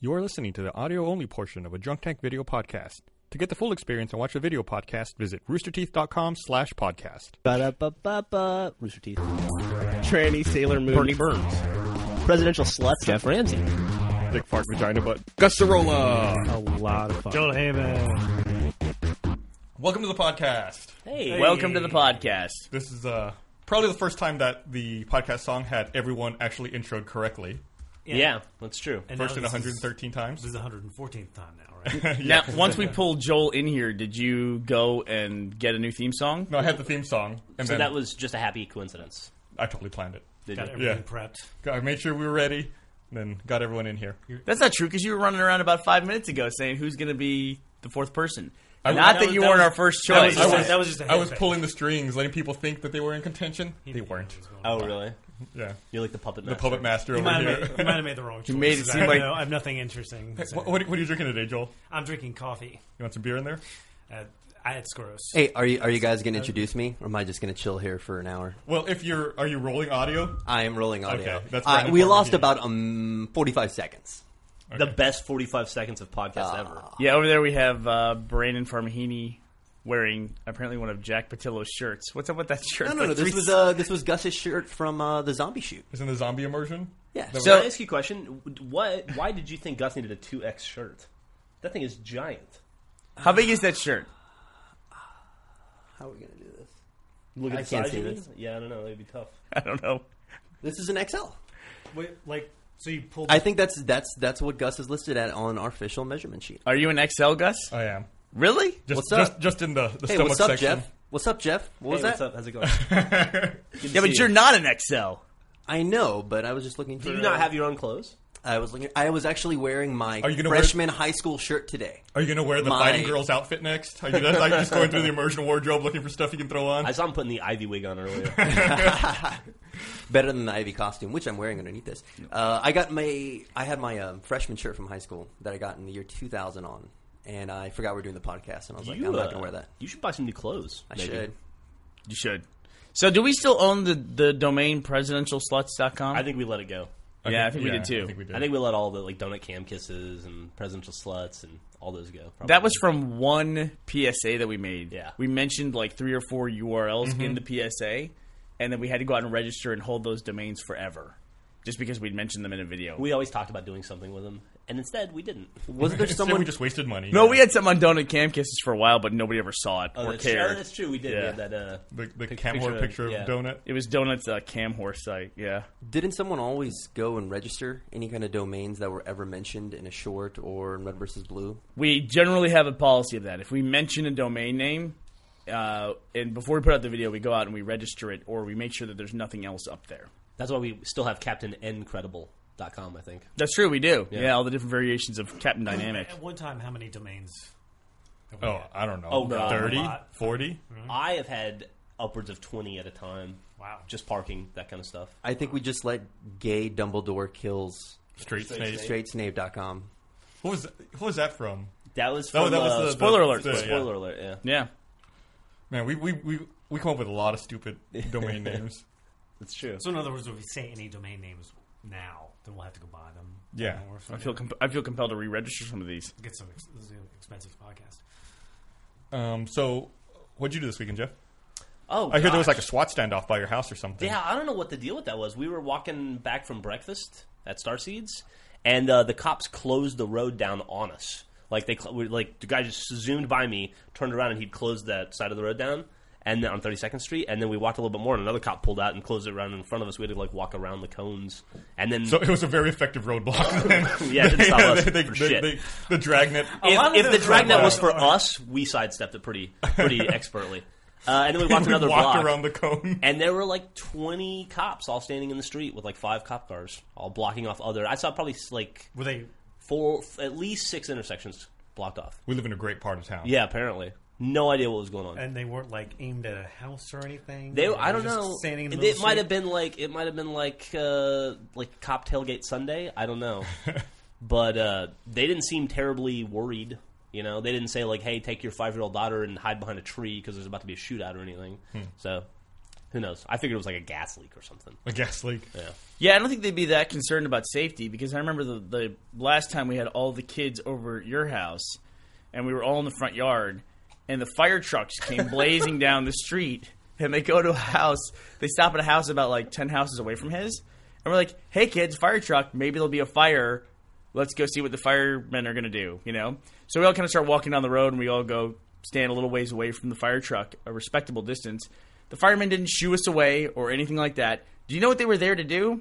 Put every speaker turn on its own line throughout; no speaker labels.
You are listening to the audio only portion of a Drunk Tank video podcast. To get the full experience and watch the video podcast, visit roosterteeth.com slash podcast.
Ba-da-ba-ba-ba. Rooster Teeth. Tranny Sailor Moon. Bernie Burns. Presidential sluts. Jeff Ramsey.
Dick fart vagina butt. Gustarola!
A lot of fun.
Joel Heyman.
Welcome to the podcast.
Hey.
Welcome to the podcast.
This is uh, probably the first time that the podcast song had everyone actually introed correctly.
Yeah, that's true.
And
First
now
in
this
113 times.
Is, this is 114th time now, right?
Now, once we pulled Joel in here, did you go and get a new theme song?
No, I had the theme song, and
So
then
that was just a happy coincidence.
I totally planned it.
Did
Got
you?
everything
Yeah.
prepped.
I made sure we were ready, and then got everyone in here.
That's not true because you were running around about five minutes ago saying who's going to be the fourth person.
I- that
not that,
was-
you
that
weren't
was-
our first
that was
choice.
just
I
a-
was-
that was just a
I was
head fake.
pulling the strings, letting people think that they were in contention.
He
they
knew
weren't.
what was going on.
Oh, really?
Yeah.
You're like the puppet
The
master.
puppet master
You
over
might, have
here.
made, you might have made the wrong choice.
made it seem
I
like-
know, I have nothing interesting. to say.
What, what, what are you drinking today, Joel?
I'm drinking coffee.
You want some beer in there?
Uh, I, it's gross.
Hey, are you are you guys going to introduce me, or am I just going to chill here for an hour?
Well, if you're, are you rolling audio?
I am rolling audio.
Okay, that's
uh,
Brandon
we
Parker
lost
here.
about um forty five seconds.
The best 45 seconds of
Ah.
podcast ever.
Yeah, over there we have uh, Brandon Farmahini wearing apparently one of Jack Patillo's shirts. What's up with that shirt?
No,
It's
no, no.
like
This
three-
was uh, this was Gus's shirt from uh, the zombie shoot.
Isn't the zombie immersion?
Yeah.
That
Can
So-
I ask you a question? What? Why did you think Gus needed a 2X shirt? That thing is giant.
How big is that shirt?
How are we going to do this?
Look at
I
the
can't
size
see
of it.
this.
Yeah, I don't know. That'd be tough.
I don't know.
This is an XL.
Wait, like, so you pulled.
I think that's that's that's what Gus is listed at on our official measurement sheet.
Are you an XL, Gus?
I am.
Really?
Just,
What's up?
Just, just in the, the
Hey,
stomach
what's up,
section.
Jeff? What's up, Jeff? What was
hey,
that?
what's up? How's it going?
yeah, but you're not an XL.
I know, but I was just looking. For,
Do you not have your own clothes?
I was looking. I was actually wearing my
you gonna wear-
freshman high school shirt today.
Are you going to wear the
My-
fighting girl's outfit next? Are you gonna, like just going through the immersion wardrobe looking for stuff you can throw on?
I saw him putting the Ivy wig on earlier.
better than the Ivy costume, which I'm wearing underneath this. Uh, I got my I had my um, freshman shirt from high school that I got in the year 2000 on, and I forgot we were doing the podcast, and I was like, I'm
uh,
not gonna wear that.
You should buy some new clothes.
I
maybe.
should.
You should. So, do we still own the, the domain presidentialsluts.com?
I think we let it go.
yeah, I think we did too.
I think we did.
I think we let all the like donut cam kisses and presidential sluts and all those go. Probably.
That was from one PSA that we made.
Yeah.
We mentioned like three or four URLs in the PSA, and then we had to go out and register and hold those domains forever just because we'd mentioned them in a video.
We always talked about doing something with them, and instead we didn't.
Was there
Instead,
someone?
we just wasted money.
no, we had some on Donut Cam Kisses for a while, but nobody ever saw it
Oh,
or
that's, true. Oh,
cared.
that's true. We did.
Yeah.
We had that. Uh,
The, the
pic-
cam
picture
picture,
of-
picture of
yeah.
donut.
It was Donut's uh, cam horse site, yeah.
Didn't someone always go and register any kind of domains that were ever mentioned in a short or in Red versus Blue?
We generally have a policy of that. If we mention a domain name, uh, and before we put out the video, we go out and we register it, or we make sure that there's nothing else up there.
that's why we still have CaptainNcredible.com, I think.
That's true, we do. Yeah, all the different variations of Captain Dynamic.
At one time, how many domains?
Oh, I don't know.
Oh, God.
30?
A lot.
40?
Mm-hmm.
I have had upwards of 20 at a time.
Wow.
Just parking, that kind of stuff.
I think we just let gay Dumbledore kills
Straight snake.
straightsnave.com.
What was, what was that from?
That was
Oh,
from,
that was
uh,
the, the-
spoiler alert.
the- yeah.
spoiler alert, yeah.
Yeah.
Man, we, we, we, we come up with a lot of stupid domain names.
That's true.
So, in other words, if we say any domain names now, then we'll have to go buy them.
Yeah.
Or if
I feel comp- I feel compelled to re-register some of these.
Get some ex- this is an expensive podcast.
Um, so, what'd you do this weekend, Jeff?
oh,
I hear there was
gosh.
like a SWAT standoff by your house or something.
Yeah, I don't know what the deal with that was. We were walking back from breakfast at Starseeds, and uh, the cops closed the road down on us. Like they, cl- we- like the guy just zoomed by me, turned around, and he'd closed that side of the road down, and then on Thirty Second Street. And then we walked a little bit more, and another cop pulled out and closed it around in front of us. We had to like walk around the cones, and then
So it was a very effective roadblock. Then.
Yeah, it didn't stop us for shit.
the dragnet.
lot of
if, if the
those
dragnet
roadblocks
was for
are-
us, we sidestepped it pretty pretty expertly. Uh, and then we walked
we
another
walked
block,
around the cone.
and there were like twenty cops all standing in the street with like five cop cars, all blocking off other. I saw probably like
Were they?
four, f- at least six intersections blocked off.
We live in a great part of town.
Yeah, apparently, no idea what was going on.
And they weren't like aimed at a house or anything.
They,
They
I
were
don't
just
know.
Standing in the
It-
middle
it
of the
might
street?
have been like it might have been like uh, like cop tailgate Sunday. I don't know, but uh, they didn't seem terribly worried. You know, they didn't
Hmm.
say like, "Hey, take your five year old daughter and hide behind a tree because there's about to be a shootout or anything." So Who knows? I figured it was like a gas leak or something.
A gas leak.
Yeah.
Yeah, I don't think they'd be that concerned about safety because I remember the, the last time we had all the kids over at your house and we were all in the front yard and the fire trucks came blazing down the street and they go to a house. They stop at a house about like 10 houses away from his and we're like, hey kids, fire truck, maybe there'll be a fire. Let's go see what the firemen are going to do, you know? So we all kind of start walking down the road and we all go stand a little ways away from the fire truck, a respectable distance. The firemen didn't shoo us away or anything like that. Do you know what they were there to do?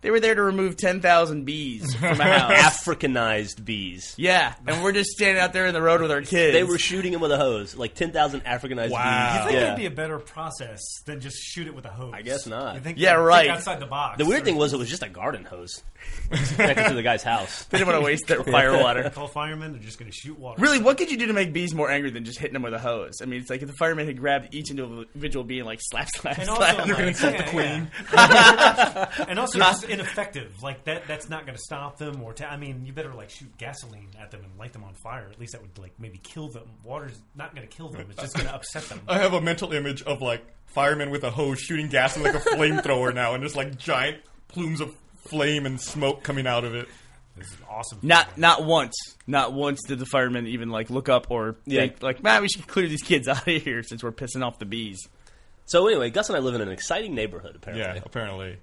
They were there to remove 10,000 bees from a house.
Africanized bees.
Oh. yeah, and we're just standing out there in the road with our kids.
They were shooting him with a hose, like ten thousand Africanized
Wow.
I
bees.
think
Yeah.
it'd be a better process than just shoot it with a hose. I
guess not.
You think,
Yeah,
think
right.
outside the box.
the weird thing was it was just a garden hose connected to the guy's house.
they didn't want to waste their fire water.
Call firemen. They're just going to shoot water.
Really, what could you do to make bees more angry than just hitting them with a hose? I mean, it's like if the fireman had grabbed each individual bee and like slap, slap,
And
slap.
also,
them.
like,
insult the
yeah,
queen.
yeah. and also, it's just ineffective. Like that—that's not going to stop them. Or ta- I mean, you better like shoot gasoline at them and light them on fire. At least that would like maybe kill them. Water's not going to kill them. It's just going to upset them.
I have a mental image of like firemen with a hose shooting gas in like a flamethrower now, and just like giant plumes of flame and smoke coming out of it.
This is awesome.
Not, not once, not once did the firemen even like look up or
Yeah.
think like, man, we should clear these kids out of here since we're pissing off the bees.
So anyway, Gus and I live in an exciting neighborhood.
Yeah,
Apparently,
apparently.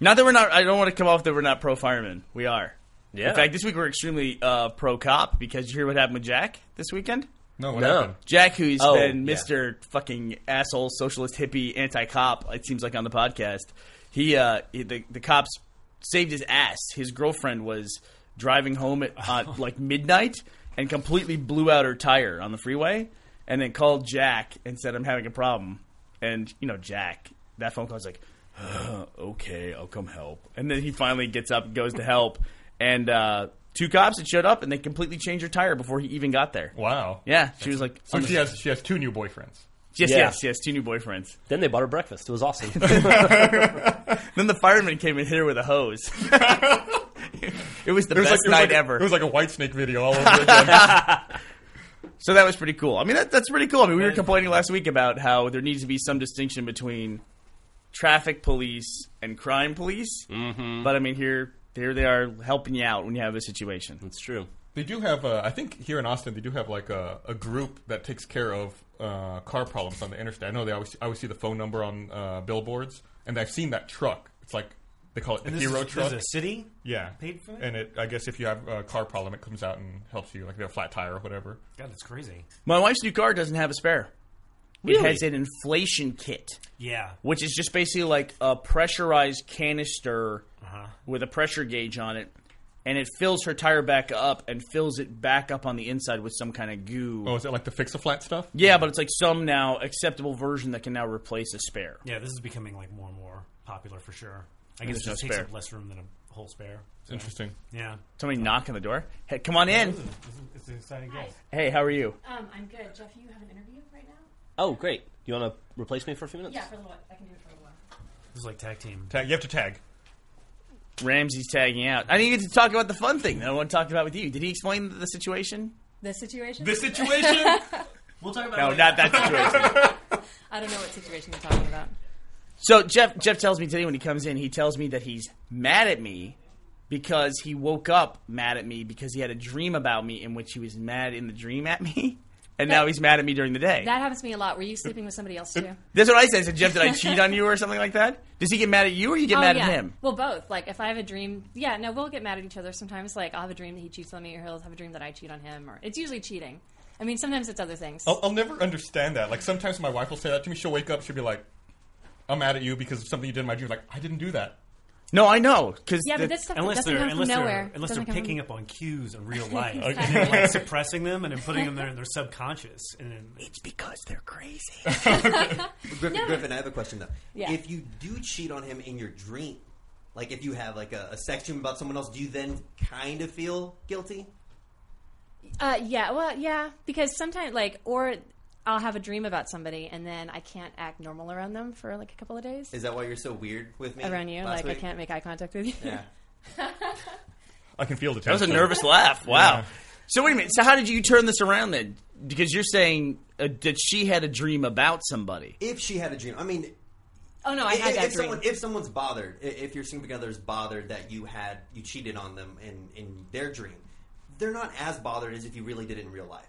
Not that we're not. I don't want to come off that we're not pro firemen. We are.
Yeah.
In fact, this week we're extremely uh, pro cop because you hear what happened with Jack this weekend.
No, what
No.
happened?
Jack, who's
Oh,
been
yeah.
Mister fucking asshole, socialist, hippie, anti cop. It seems like on the podcast, he, uh, he- the the cops saved his ass. His girlfriend was driving home at uh, like midnight and completely blew out her tire on the freeway, and then called Jack and said, "I'm having a problem." And you know, Jack, that phone call's like, "Okay, I'll come help." And then he finally gets up, and goes to help, and uh, two cops had showed up and they completely changed her tire before he even got there.
Wow.
Yeah, she was like,
So Oh, she has she has two new boyfriends.
Yes,
Yeah.
yes, yes. Two new boyfriends.
then they bought her breakfast. It was awesome.
Then the fireman came and hit her with a hose. it was the
It was
best
like, it was
night
like a-
ever.
It was like a White Snake video all over again.
so that was pretty cool. I mean, that, that's pretty cool. I mean, we were complaining last week about how there needs to be some distinction between traffic police and crime police. Mm-hmm. But I mean, here, here they are helping you out when you have a situation.
it's true.
they do have, uh, I think here in Austin, they do have like a, a group that takes care of uh, car problems on the interstate. I know they always I always see the phone number on uh, billboards, and I've seen that truck. It's like they call it the
And this
hero
is, this
truck.
is a city.
yeah,
paid for that?
and it I guess if you have a car problem, it comes out and helps you, like they have a flat tire or whatever.
God, that's crazy.
My wife's new car doesn't have a spare. It
Really?
has an inflation kit.
Yeah.
which is just basically like a pressurized canister with a pressure gauge on it, and it fills her tire back up and fills it back up on the inside with some kind of goo.
Oh, is it like the fix a flat stuff?
Yeah, but it's like some now acceptable version that can now replace a spare.
Yeah, this is becoming like more and more popular for sure. I guess it
there's no
just takes
spare.
up less room than a whole spare. So,
Interesting.
Yeah.
Somebody knock on the door. Hey, come on in.
It's, it's an exciting guess.
Hey, how are you?
Um, I'm good. Jeff, you have an interview right now?
Oh, great. You want to replace me for a few minutes?
Yeah, for a little while. I can do it for a little while.
This is like tag team.
Tag, you have to tag.
Ramsey's tagging out. I need to talk about the fun thing that I want to talk about with you. Did he explain the situation?
The situation?
The situation.
We'll talk about
No, not that situation.
I don't know what situation you're talking about.
So Jeff Jeff tells me today when he comes in, he tells me that he's mad at me because he woke up mad at me because he had a dream about me in which he was mad in the dream at me. And now he's mad at me during the day.
That happens to me a lot. Were you sleeping with somebody else too?
That's what I said. I said, Jeff, did I cheat on you or something like that? Does he get mad at you or you get mad
Oh, yeah.
at him?
Well, both. Like, if I have a dream, yeah, no, we'll get mad at each other sometimes. Like, I'll have a dream that he cheats on me, or he'll have a dream that I cheat on him, or it's usually cheating. I mean, sometimes it's other things.
I'll, I'll never understand that. Like sometimes my wife will say that to me. She'll wake up. She'll be like, "I'm mad at you because of something you did in my dream." Like I didn't do that.
No, I know. Cause
yeah,
the-
but this stuff
Unless
doesn't
they're
come from
unless
nowhere.
they're unless
Doesn't
they're
come from-
picking up on cues in real life, and
Exactly.
then, like, suppressing them and then putting them there in their subconscious. And then,
it's because they're crazy.
Griffin, Griffin, I have a question though.
Yeah.
If you do cheat on him in your dream, like if you have like a, a sex dream about someone else, do you then kind of feel guilty?
Uh, yeah, well, yeah, because sometimes, like, or I'll have a dream about somebody, and then I can't act normal around them for like a couple of days
Is that why you're so weird with me
around you.
last
Like, I
week?
can't make eye contact with you.
Yeah.
I can feel the
That was
tension.
a nervous laugh. Wow. So wait a minute. So how did you turn this around then? Because you're saying uh, that she had a dream about somebody.
If she had a dream, I mean,
Oh no, I
If-
had
if,
that
if
dream.
someone if someone's bothered, i- if your significant other's bothered that you had you cheated on them in in their dream, they're not as bothered as if you really did it in real life.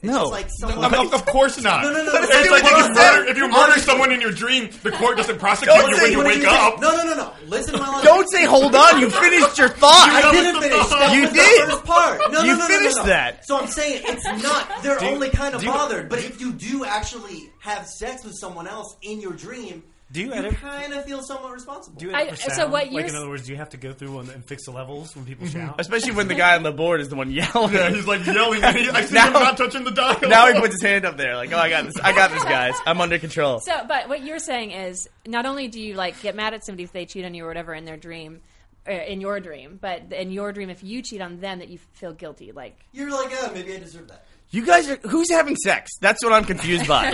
It's
No.
just like someone.
Of- of, of course not.
No, no, no, no.
It's like if you,
Honestly,
murder, if you murder someone in your dream, the court doesn't prosecute
Don't
you
say
when you
What did
wake
say?
up.
No, no, no, no. Listen to my logic.
Don't say hold on. You finished your thought.
I
That was
didn't
the
finish.
thought.
That
You
was
did.
The first part. No,
You
no, no, no,
finished
no, no.
that.
So I'm saying it's not. They're
you-
only kind of
do you-
bothered. but if you do actually have sex with someone else in your dream,
Do you
you
edit-
kind of feel somewhat responsible?
Do it
I-
for
so
sound.
what
like
you're
in
s-
other words, do you have to go through and, and fix the levels when people shout?
Especially when the guy on the board is the one yelling.
Yeah, he's like yelling. At me. I see him
Now-
not touching the dial.
now he puts his hand up there, like, "Oh, I got this. I got this, guys. I'm under control."
So, but what you're saying is, not only do you like get mad at somebody if they cheat on you or whatever in their dream, uh, in your dream, but in your dream, if you cheat on them, that you feel guilty. Like,
You're like, oh, maybe I deserve that.
You guys are who's having sex? That's what I'm confused by.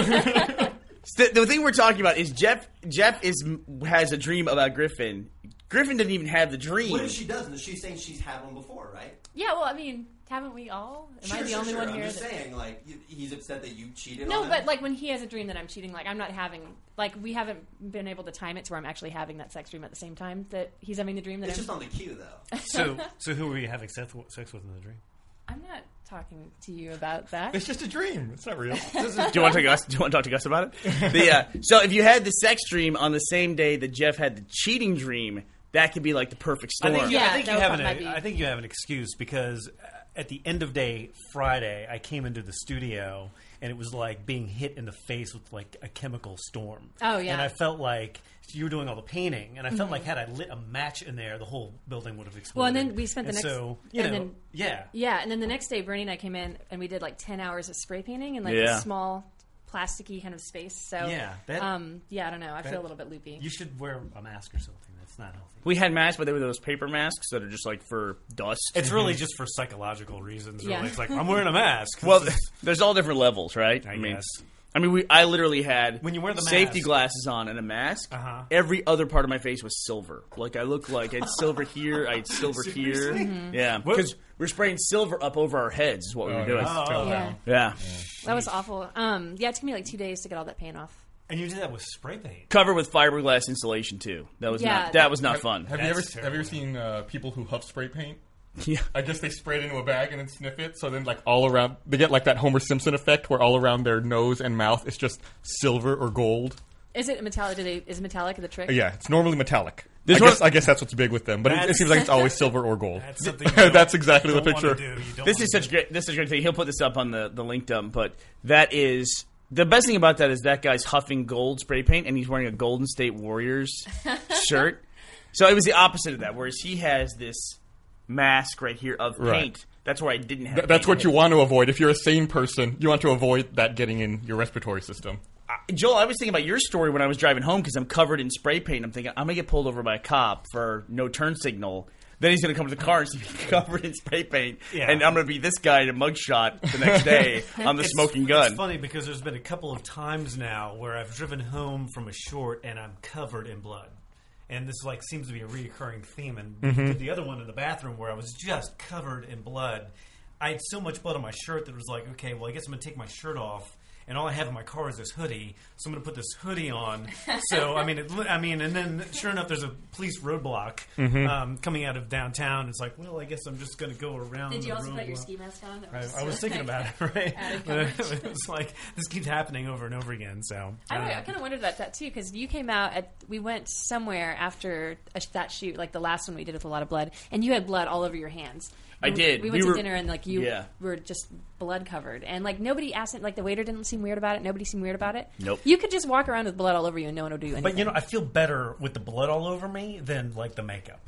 the, the thing we're talking about is Jeff. Jeff is has a dream about Griffin. Griffin didn't even have the dream.
What if she doesn't? She's saying she's had one before, right?
yeah, well, I mean, haven't we all? Am I
Sure,
the
sure,
only
sure.
one
I'm
here?
just
that-
saying, like, you, he's upset that you cheated. on
No,
him.
but like when he has a dream that I'm cheating, like I'm not having, like we haven't been able to time it to where I'm actually having that sex dream at the same time that he's having the dream that
it's
I'm.
just on the cue, though.
so, so who were you having sex with sex with in the dream?
I'm not talking to you about that.
It's just a dream. It's not real.
do you want to talk to Gus? Do you want to talk to Gus about it? The, uh, so if you had the sex dream on the same day that Jeff had the cheating dream, that could be like the perfect
I
storm.
think, you- I
Yeah,
think
that
you
would
have an
might be-
I think you have an excuse because uh, at the end of day Friday, I came into the studio and it was like being hit in the face with like a chemical storm.
Oh, yeah. Mm-hmm.
and I felt like you were doing all the painting, and I felt like had I lit a match in there, the whole building would have exploded.
Well, and then we spent the
And
next-
so you
and
know,
then-
yeah.
Yeah, and then the next day, Bernie and I came in and we did like ten hours of spray painting in like
Yeah.
a small plasticky kind of space. So
Yeah, that-
um, yeah, I don't know. I feel a little bit loopy.
You should wear a mask or something. That's not healthy.
we had masks, but they were those paper masks that are just like for dust.
It's really just for psychological reasons.
Yeah.
Really. It's like I'm wearing a mask.
well,
This is-
there's all different levels, right?
I
mean,
guess.
I mean, we, I literally had
When you wear the
safety
mask.
glasses on and a mask.
Uh-huh.
Every other part of my face was silver. Like I looked like I had silver here, I had silver here. Yeah, because we're spraying silver up over our heads is what we were doing.
Mm-hmm. oh,
Fell
okay.
down.
yeah,
Yeah,
that was awful. Um, yeah, it took me like two days to get all that paint off.
and you did that with spray paint.
covered with fiberglass insulation too. That was
Yeah,
not that
that-
was not fun.
Have you ever
That's
have you ever seen uh, people who huff spray paint?
Yeah.
I guess they spray it into a bag and then sniff it. So then, like all around, they get like that Homer Simpson effect, where all around their nose and mouth it's just silver or gold.
Is it metallic? Do they, is metallic the trick?
Yeah, it's normally metallic.
This
I,
one-
guess, I guess that's what's big with them, but it, it
That's-
seems like it's always silver or gold.
That's something. you
That's
don't-
exactly
you
the
don't wanna
picture.
do. You don't
This
wanna
is such
do.
great. This is a great thing. He'll put this up on the the link dump. But that is the best thing about that is that guy's huffing gold spray paint and he's wearing a Golden State Warriors shirt. So it was the opposite of that. Whereas he has this mask right here of paint.
Right.
That's where I didn't have.
Th- that's
paint.
what you want to avoid. If you're a sane person, you want to avoid that getting in your respiratory system.
I- Joel, I was thinking about your story when I was driving home because I'm covered in spray paint. I'm thinking I'm gonna get pulled over by a cop for no turn signal. Then he's gonna come to the car and see me covered in spray paint,
Yeah.
and I'm gonna be this guy in a mugshot the next day on the smoking gun.
It's funny because there's been a couple of times now where I've driven home from a short and I'm covered in blood. And this like seems to be a reoccurring theme. And
Mm-hmm.
we did the other one in the bathroom where I was just covered in blood. I had so much blood on my shirt that it was like, okay, well, I guess I'm gonna take my shirt off. And all I have in my car is this hoodie, so I'm going to put this hoodie on. So I mean, it, I mean, and then sure enough, there's a police roadblock
Mm-hmm.
um, coming out of downtown. It's like, well, I guess I'm just going to go around.
Did you
the
also put your
roadblock.
ski mask on?
I, I was thinking about it, right?
Added coverage.
it was like this keeps happening over and over again. So uh,
I,
don't know.
kind of wondered about that too because you came out at we went somewhere after a, sh- that shoot like the last one we did with a lot of blood and you had blood all over your hands.
I
And
did.
We went
We
to
were-
dinner and like you
Yeah.
were just blood covered and like nobody asked it. Like the waiter didn't seem weird about it. Nobody seemed weird about it.
Nope.
You could just walk around with blood all over you and no one would do anything.
but you know, I feel better with the blood all over me than like the makeup.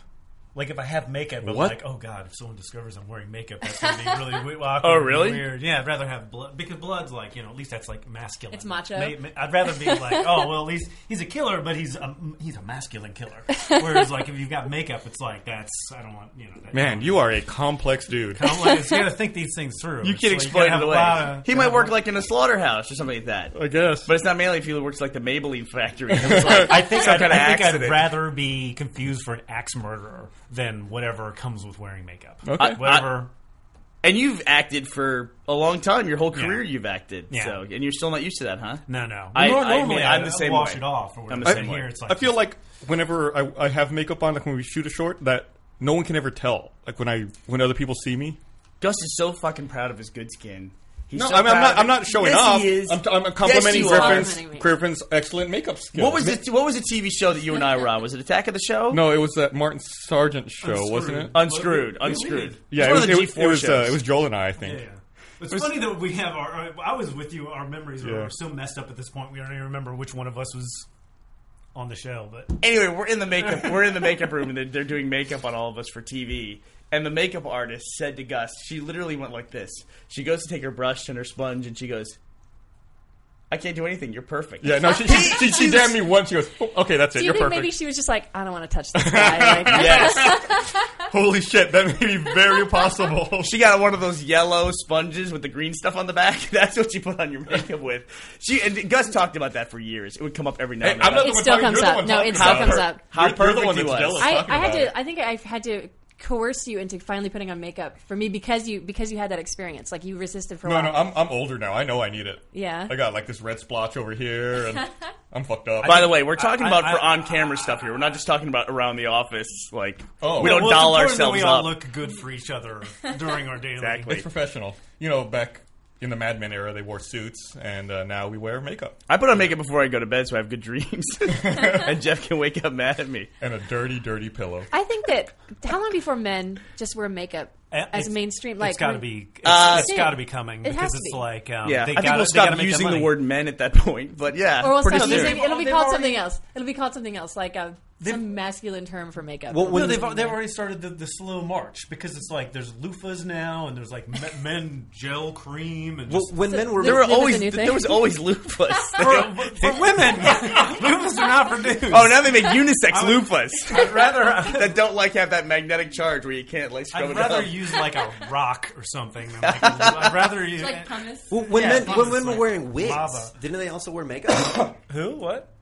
Like if I have makeup, I'm
What?
like, oh god, if someone discovers I'm wearing makeup, that's gonna be really weird. awkward
Oh,
and
really?
Weird. Yeah, I'd rather have blood because blood's like you know, at least that's like masculine.
It's macho.
Ma- ma- I'd rather be like, oh well, at least he's a killer, but he's a, he's a masculine killer. Whereas like if you've got makeup, it's like that's I don't want you know. That,
Man, you are a complex dude.
I'm like, it's gotta think these things through.
You
It's
can
like, gotta
explain it
have a
away.
lot of-
he might work like in a slaughterhouse or something like that.
I guess.
But it's not mainly if he works like the Maybelline factory. It's like
I think,
some
I'd,
kind of
I think I'd
accident.
rather be confused for an axe murderer than whatever comes with wearing makeup.
Okay.
Whatever.
And you've acted for a long time. Your whole career, you've acted.
Yeah.
So, and you're still not used to that, huh?
No, no.
I,
Nor-
I
normally
mean,
I-
I'm the
I
same
wash
way.
it off or
I'm the
whatever.
same
Here
way.
it's like-
I feel like whenever I, I have makeup on, like when we shoot a short, that no one can ever tell. Like when I when other people see me.
Gus is so fucking proud of his good skin. He's
No,
so
I mean, I'm
proud
not.
of it.
I'm not showing
yes,
off.
He is.
I'm, t- I'm complimenting
yes, you are.
Griffin's
Complimenting me.
Griffin's excellent makeuap skill.
What was the What was the TV show that you and I were on? Was it Attack of the Show?
No, it was that Martin Sargent show, wasn't it?
Unscrewed.
Really?
Unscrewed.
yeah, it
It's one
was,
of the
it, was-
G4
it was. Uh,
shows.
it was Joel and I, I think.
Yeah. It's funny that we have our. our- I was with you. Our memories are,
Yeah.
are so messed up at this point. We don't even remember which one of us was on the show. But
anyway, we're in the makeup. We're in the makeup room, and they're, they're doing makeup on all of us for TV. And the makeup artist said to Gus, she literally went like this. She goes to take her brush and her sponge, and she goes, "I can't do anything. You're perfect."
Yeah, no, she she, she, she damned me once. She goes, "Oh, "Okay, that's it.
Do you
You're
think
perfect."
maybe she was just like, I don't want to touch this guy? Like,
Yes.
Holy shit, that may be very possible.
she got one of those yellow sponges with the green stuff on the back. That's what she put on your makeup with. She and Gus talked about that for years. It would come up every now
Hey,
and then.
I'm not the
It
one
still
talking,
comes
you're the
up.
one
No,
talking
it still
about
comes
her.
up.
How
You're- you're the
perfect
one
he
that's
was.
jealous
I,
talking
I had
about it.
to. I think I've had to coerce you into finally putting on makeup for me because you because you had that experience. Like you resisted for a
No,
while.
no, I'm I'm older now. I know I need it.
Yeah.
I got like this red splotch over here, and I'm fucked up.
By the way, we're talking
I-
about for
I-
on camera stuff here. We're not just talking about around the office. Like
Oh.
we
No,
well,
don't
it's
doll
important that
ourselves
we
up.
all look good for each other during our daily.
Exactly.
it's professional. You know, back in the Mad Men era, they wore suits, and uh, now we wear makeup
I put on makeup before I go to bed so I have good dreams. and Jeff can wake up mad at me.
and a dirty, dirty pillow.
I think that how long before men just wear makeup
Uh,
as
it's-
mainstream? Like
it's got to
when-
be. It's,
Uh,
it's got to be coming
It has
because
to
it's
be.
like. Um,
Yeah,
they
I think
gotta,
we'll
they
stop
gotta make that
using the
money.
word "men" at that point. But yeah,
Or we'll
pretty
stop
soon.
using. It'll be
They've
called
already-
something else. It'll be called something else, like a some masculine term for makeup.
Well,
No,
when-
they've, they've already started the, the slow march because it's like there's loofahs now and there's like me- men gel cream and
Well,
just,
when men were
There were
Lupus is a
always
new thing.
there was always lupus.
for, for women, loofahs are not for dudes.
oh, now they make unisex lupus
I'd rather
that don't like have that magnetic charge where you can't like scrub
I'd
it
rather
up.
use like a rock or something. Than like a, I'd rather use
like pumice.
Well, when men,
it's
when women
like
were wearing wigs,
lava.
didn't they also wear makeup?
who what?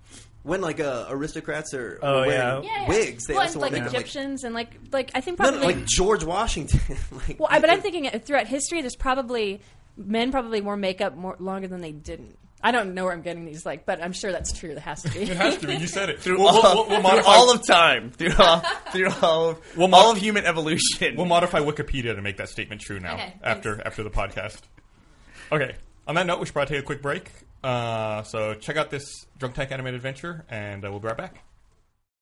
when like uh, aristocrats are
Oh,
were
yeah.
wearing
Yeah, yeah.
wigs, they
well,
also
and, like
wore makeup.
Egyptians and like like I think
Like,
probably
no, no, like George Washington. like,
well, I, but I'm thinking uh, throughout history, there's probably men probably wore makeup more longer than they didn't. I don't know where I'm getting these, like, but I'm sure that's true. It has to be.
It has to be. You said it.
Through
we'll,
all,
we'll, we'll
through
modify,
all of time, through all, through all of
We'll
all
mod-
of human evolution.
we'll modify Wikipedia to make that statement true now.
Okay,
after after the podcast. Okay. On that note, we should probably take a quick break. Uh, so check out this Drunk Tank animated adventure, and uh, we'll be right back.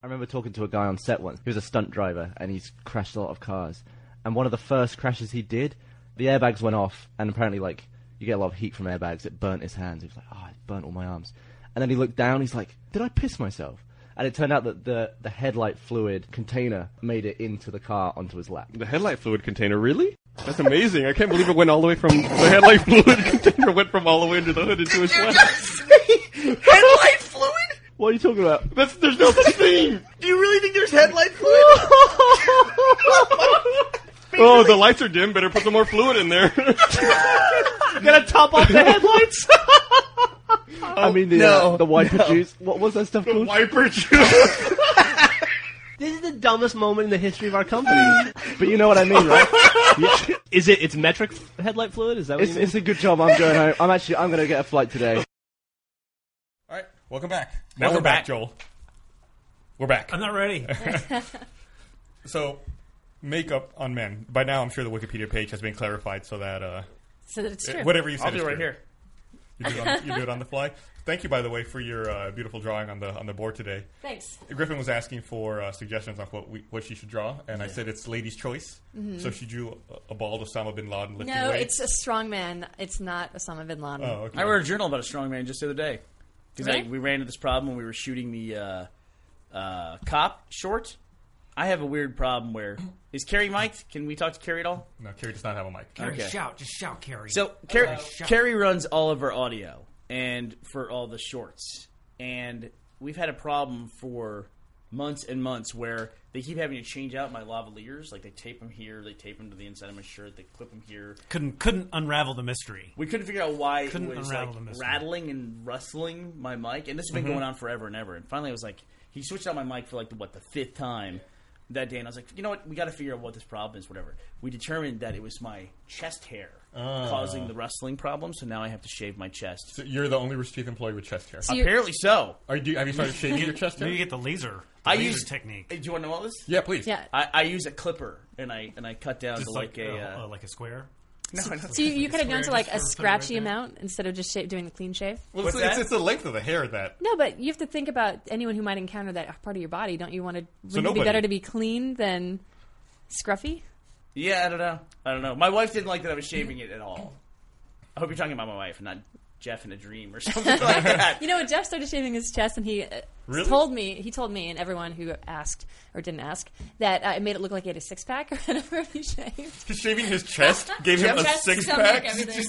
I remember talking to a guy on set once. He was a stunt driver and he's crashed a lot of cars. And one of the first crashes he did, the airbags went off and apparently like you get a lot of heat from airbags. It burnt his hands. He was like, "Oh, it burnt all my arms." And then he looked down. He's like, "Did I piss myself?" And it turned out that the the headlight fluid container made it into the car onto his lap.
The headlight fluid container, really? That's amazing. I can't believe it went all the way from the headlight fluid container went from all the way under the hood into his lap.
headlight fluid?
What are you talking about?
That's there's no such thing.
Do you really think there's headlight fluid?
Oh, the lights are dim. Better put some more fluid in there.
Gonna top off the headlights? I mean the
No,
uh, the wiper juice. What was that stuff called?
Wiper juice.
This is the dumbest moment in the history of our company.
But you know what I mean, right? You-
is it? It's metric f- headlight fluid. Is that what
it's,
you mean?
it's a good job I'm going home. I'm actually I'm gonna get a flight today.
All right, welcome back. Now
Welcome
we're back,
back.
Joel. We're back.
I'm not ready.
So, makeup on men. By now, I'm sure the Wikipedia page has been clarified so that uh,
so that it's true.
whatever you say,
I'll do
is
it right
true.
here.
You do, it on, you do it on the fly. Thank you, by the way, for your uh, beautiful drawing on the on the board today.
Thanks.
Griffin was asking for uh, suggestions on what we, what she should draw, and I said it's lady's choice. So she drew a, a bald Osama bin Laden lifting
Mm-hmm. No,
weights.
it's a strong man. It's not Osama bin Laden.
oh, okay.
I wrote a journal about a strong man just the other day because
Really?
we ran into this problem when we were shooting the uh, uh, cop short. I have a weird problem where is Carrie mic'd? Can we talk to Carrie at all?
no, Carrie does not have a mic.
Carrie,
Okay.
shout, just shout, Carrie.
So Carrie,
Oh, Shut-
Carrie runs all of our audio and for all the shorts, and we've had a problem for months and months where they keep having to change out my lavaliers. Like they tape them here, they tape them to the inside of my shirt, they clip them here.
couldn't couldn't unravel the mystery.
We couldn't figure out why
Couldn't
it was
unravel
like
the mystery. Mm-hmm.
rattling and rustling my mic, and this has been going on forever and ever. And finally, I was like, he switched out my mic for like the what the fifth time. that day, and I was like, you know what, we got to figure out what this problem is. Whatever. We determined that it was my chest hair
Ah.
causing the rustling problem, so now I have to shave my chest.
So you're the only Rooster Teeth employee with chest hair.
So you're- Apparently so.
Are you, have you started shaving
Maybe-
your chest hair?
maybe get
the laser.
I use
technique.
Do you want to know all this?
Yeah, please. Yeah.
I, I use a clipper and I and I cut down
Just
to like,
like a-
a uh,
like a square.
No, no.
So you, you could have gone to like a
Just put it
scratchy
right there.
amount instead of just sha- doing the clean shave.
Well, it's,
What's
it's,
that?
it's the length of the hair that.
No, but you have to think about anyone who might encounter that part of your body. Don't you want to? Wouldn't it
nobody-
be better to be clean than scruffy?
Yeah, I don't know. I don't know. My wife didn't like that I was shaving it at all. I hope you're talking about my wife, not Jeff in a dream or something like that.
You know, Jeff started shaving his chest, and he uh,
Really?
told me he told me and everyone who asked or didn't ask that uh, it made it look like he had a six pack or whatever he shaved.
He's shaving his chest gave him a
Chest,
six
stomach,
pack.
everything.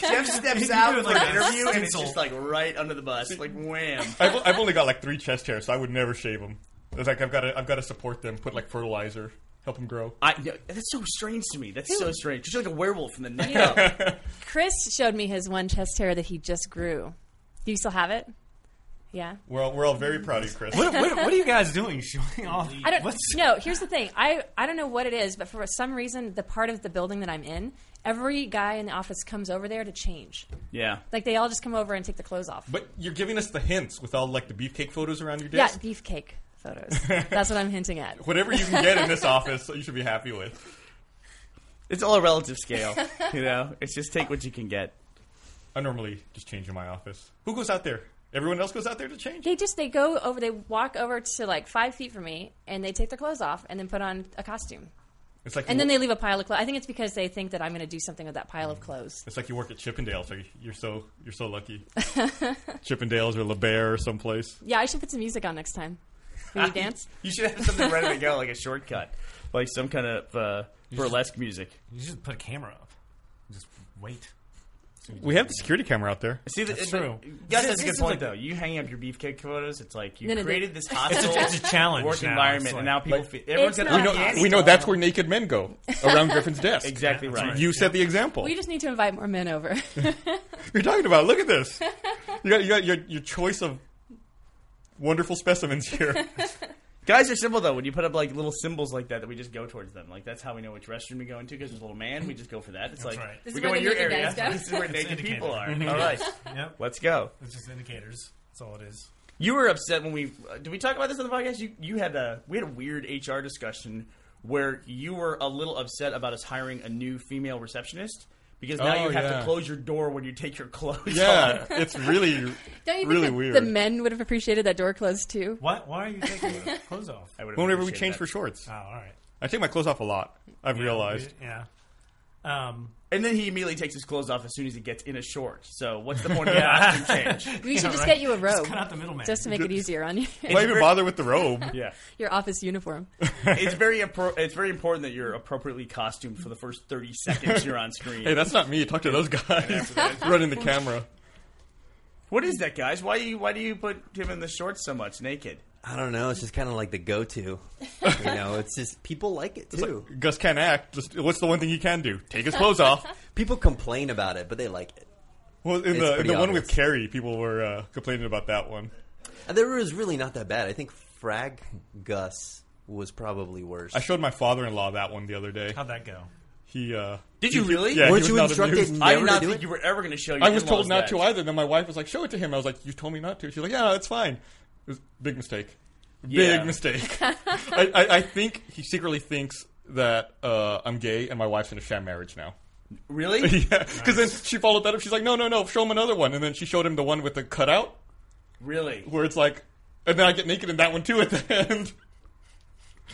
Jeff steps
You
out
do it
for
like
an
a
interview and it's
stencil.
just like right under the bus, like wham.
I've, I've only got like three chest hairs, so I would never shave them. It's like I've got to I've got to support them, put like fertilizer, help them grow.
I no, that's so strange to me. That's so strange. Just like a werewolf from the neck
Yeah.
up.
Chris showed me his one chest hair that he just grew. Do you still have it? Yeah.
We're all, we're all very proud of you, Chris.
What, what, what are you guys doing? Showing off?
I don't.
What's,
No, here's the thing. I I don't know what it is, but for some reason, the part of the building that I'm in, every guy in the office comes over there to change.
Yeah.
Like they all just come over and take the clothes off.
But you're giving us the hints with all like the beefcake photos around your
Yeah,
desk.
beefcake photos. That's what I'm hinting at.
Whatever you can get in this office, you should be happy with.
It's all a relative scale. You know? It's just take what you can get.
I normally just change in my office. Who goes out there? Everyone else goes out there to change.
They just they go over. They walk over to like five feet from me, and they take their clothes off, and then put on a costume.
It's like
and then
you-
they leave a pile of clothes. I think it's because they think that I'm going to do something with that pile of clothes.
It's like you work at Chippendales. Or you're so you're so lucky. Chippendales or LeBaire or someplace.
Yeah, I should put some music on next time. Will you dance?
You should have something ready to go, like a shortcut. Like some kind of uh, burlesque music.
you should put a camera up. Just wait.
We have the security camera out there.
See, the,
That's
the-
true.
Yeah,
This-
that's a
this
good
is
point
like-
though. You hanging up your beefcake photos, it's like you
No, no, no.
created this
It's a-
hostile
it's a challenge
work
now.
environment,
It's
and
like-
now people
Like,
feel everyone's
it's
gonna.
not
We
a
be
know,
Yes,
we know
hostile.
that's where naked men go around Griffin's desk.
Exactly
That's
right.
right.
You set the example.
We just need to invite more men over.
You're talking about. Look at this. You got you got your your choice of wonderful specimens here.
Guys are simple though. When you put up like little symbols like that, that we just go towards them. Like that's how we know which restroom to go into because there's a little man. We just go for that. It's
That's
like
right.
This
we
is
go
where
in
the
your
naked
area.
guys go.
This is where
It's
naked
indicator.
people are.
Mhm.
All right,
Yep.
let's go.
It's just indicators. That's all it is.
You were upset when we uh, did we talk about this on the podcast. You you had a we had a weird HR discussion where you were a little upset about us hiring a new female receptionist because now
Oh,
you have
yeah.
to close your door when you take your clothes
yeah,
off.
it's really
Don't you
really
think that
weird.
the men would have appreciated that door closed too?
Why, why are you taking your clothes off?
I would've
Whenever we
appreciated
change
that.
for shorts,
Oh, all right.
I take my clothes off a lot. I've realized.
Yeah. Um,
and then he immediately takes his clothes off as soon as he gets in a short. So what's the point of a costume change?
We should
Yeah,
just
right.
get you a robe.
cut out the middleman.
Just to make it easier on you.
Why even bother with the robe?
Yeah,
your office uniform.
it's very appro- it's very important that you're appropriately costumed for the first thirty seconds you're on screen.
Hey, that's not me. Talk to those guys running the camera.
what is that, guys? Why do you why do you put him in the shorts so much naked?
I don't know. It's just kind of like the go-to. You know, it's just people like it
It's
too.
like, Gus can't act. Just what's the one thing he can do? Take his clothes off.
People complain about it, but they like it.
Well, in
It's
the, in
pretty
the one with
obvious.
Carrie, people were uh, complaining about that one.
And there was really not that bad. I think Frag Gus was probably worse.
I showed my father-in-law that one the other day.
How'd that go?
He uh,
Did you
he-
really?
Yeah, he
Weren't
was
you
not
instructed
amused.
never
I did
to
not
do
think
it?
you were ever going to show. Your
I was told
in-laws
not
that.
to either. Then my wife was like, "Show it to him." I was like, "You told me not to." She's like, "Yeah, it's fine." It was a big mistake.
Yeah.
Big mistake. I, I, I think he secretly thinks that uh, I'm gay and my wife's in a sham marriage now.
Really?
yeah, because then she followed that up. She's like, "No, no, no, show him another one." And then she showed him the one with the cutout
Really?
where it's like, and then I get naked in that one too at the end.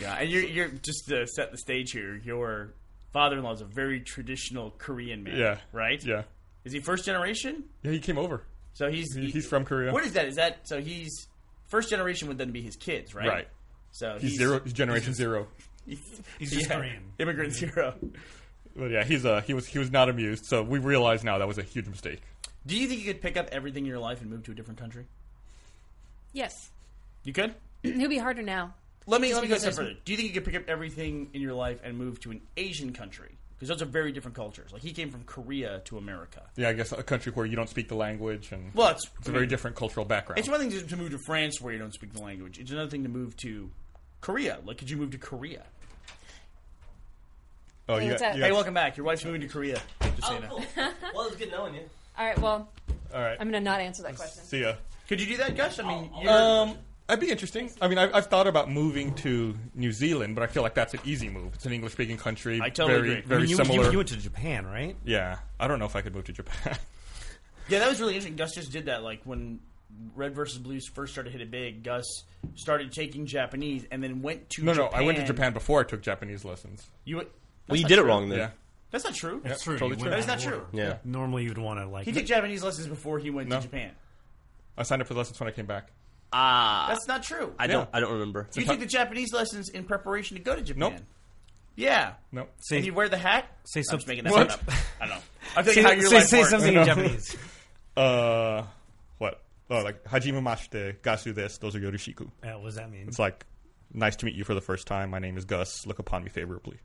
Yeah. And you're, you're just to set the stage here. Your father-in-law is a very traditional Korean man.
Yeah.
Right.
Yeah.
Is he first generation?
Yeah, he came over.
So he's
He- he's from Korea.
What is that? Is that so? He's first generation would then be his kids, right?
Right.
So
He's, zero. He's generation zero.
He's just
yeah,
Korean.
Immigrant
Mm-hmm.
zero.
But yeah, he's uh, he was he was not amused. So we realize now that was a huge mistake.
Do you think you could pick up everything in your life and move to a different country?
Yes.
You could.
It'll be harder now.
Let me let
Just
me go a
because
step
there's-
further. Do you think you could pick up everything in your life and move to an Asian country? Because those are very different cultures. Like he came from Korea to America.
Yeah, I guess a country where you don't speak the language and
Well, it's,
it's a very different cultural background.
It's one thing to, to move to France where you don't speak the language. It's another thing to move to Korea. Like, could you move to Korea?
Oh, you
What's
got-
up?
you got-
Hey, welcome back. Your wife's moving to Korea. Just saying that.
well, it was good knowing you.
All right. Well,
All right.
I'm gonna not answer that question.
See ya.
Could you do that, Gus? I mean, you're,
Um, that'd be interesting. I mean, I've, I've thought about moving to New Zealand, but I feel like that's an easy move. It's an English-speaking country.
I totally
very,
agree. I
Very
I mean, you,
similar.
You, you went to Japan, right?
yeah, I don't know if I could move to Japan.
yeah, that was really interesting. Gus just did that. Like when Red versus Blues first started hitting big, Gus started taking Japanese and then went to
no, no,
Japan.
I went to Japan before I took Japanese lessons.
You went-
Well,
that's
you
not
did it
true.
wrong then.
Yeah,
That's not true.
Yeah, Totally
you
true.
went
That is
out
not
of
true.
order.
Yeah.
Normally, you'd want to like.
He took Japanese lessons before he went
No.
to Japan.
I signed up for lessons when I came back.
Ah,
That's not true.
I don't.
Yeah.
I don't remember.
you took the Japanese lessons in preparation to go to Japan.
Nope.
Yeah.
No,
Say-
and you wear the hat.
say
I'm just
something-
making that
What?
up. I don't know. I'm telling
say,
you how your
say,
life
say
works.
something in Japanese.
Uh, what? Oh, like hajime mashite, gasu des, those are yorishiku.
Uh, what does that mean?
It's like nice to meet you for the first time. My name is Gus. Look upon me favorably.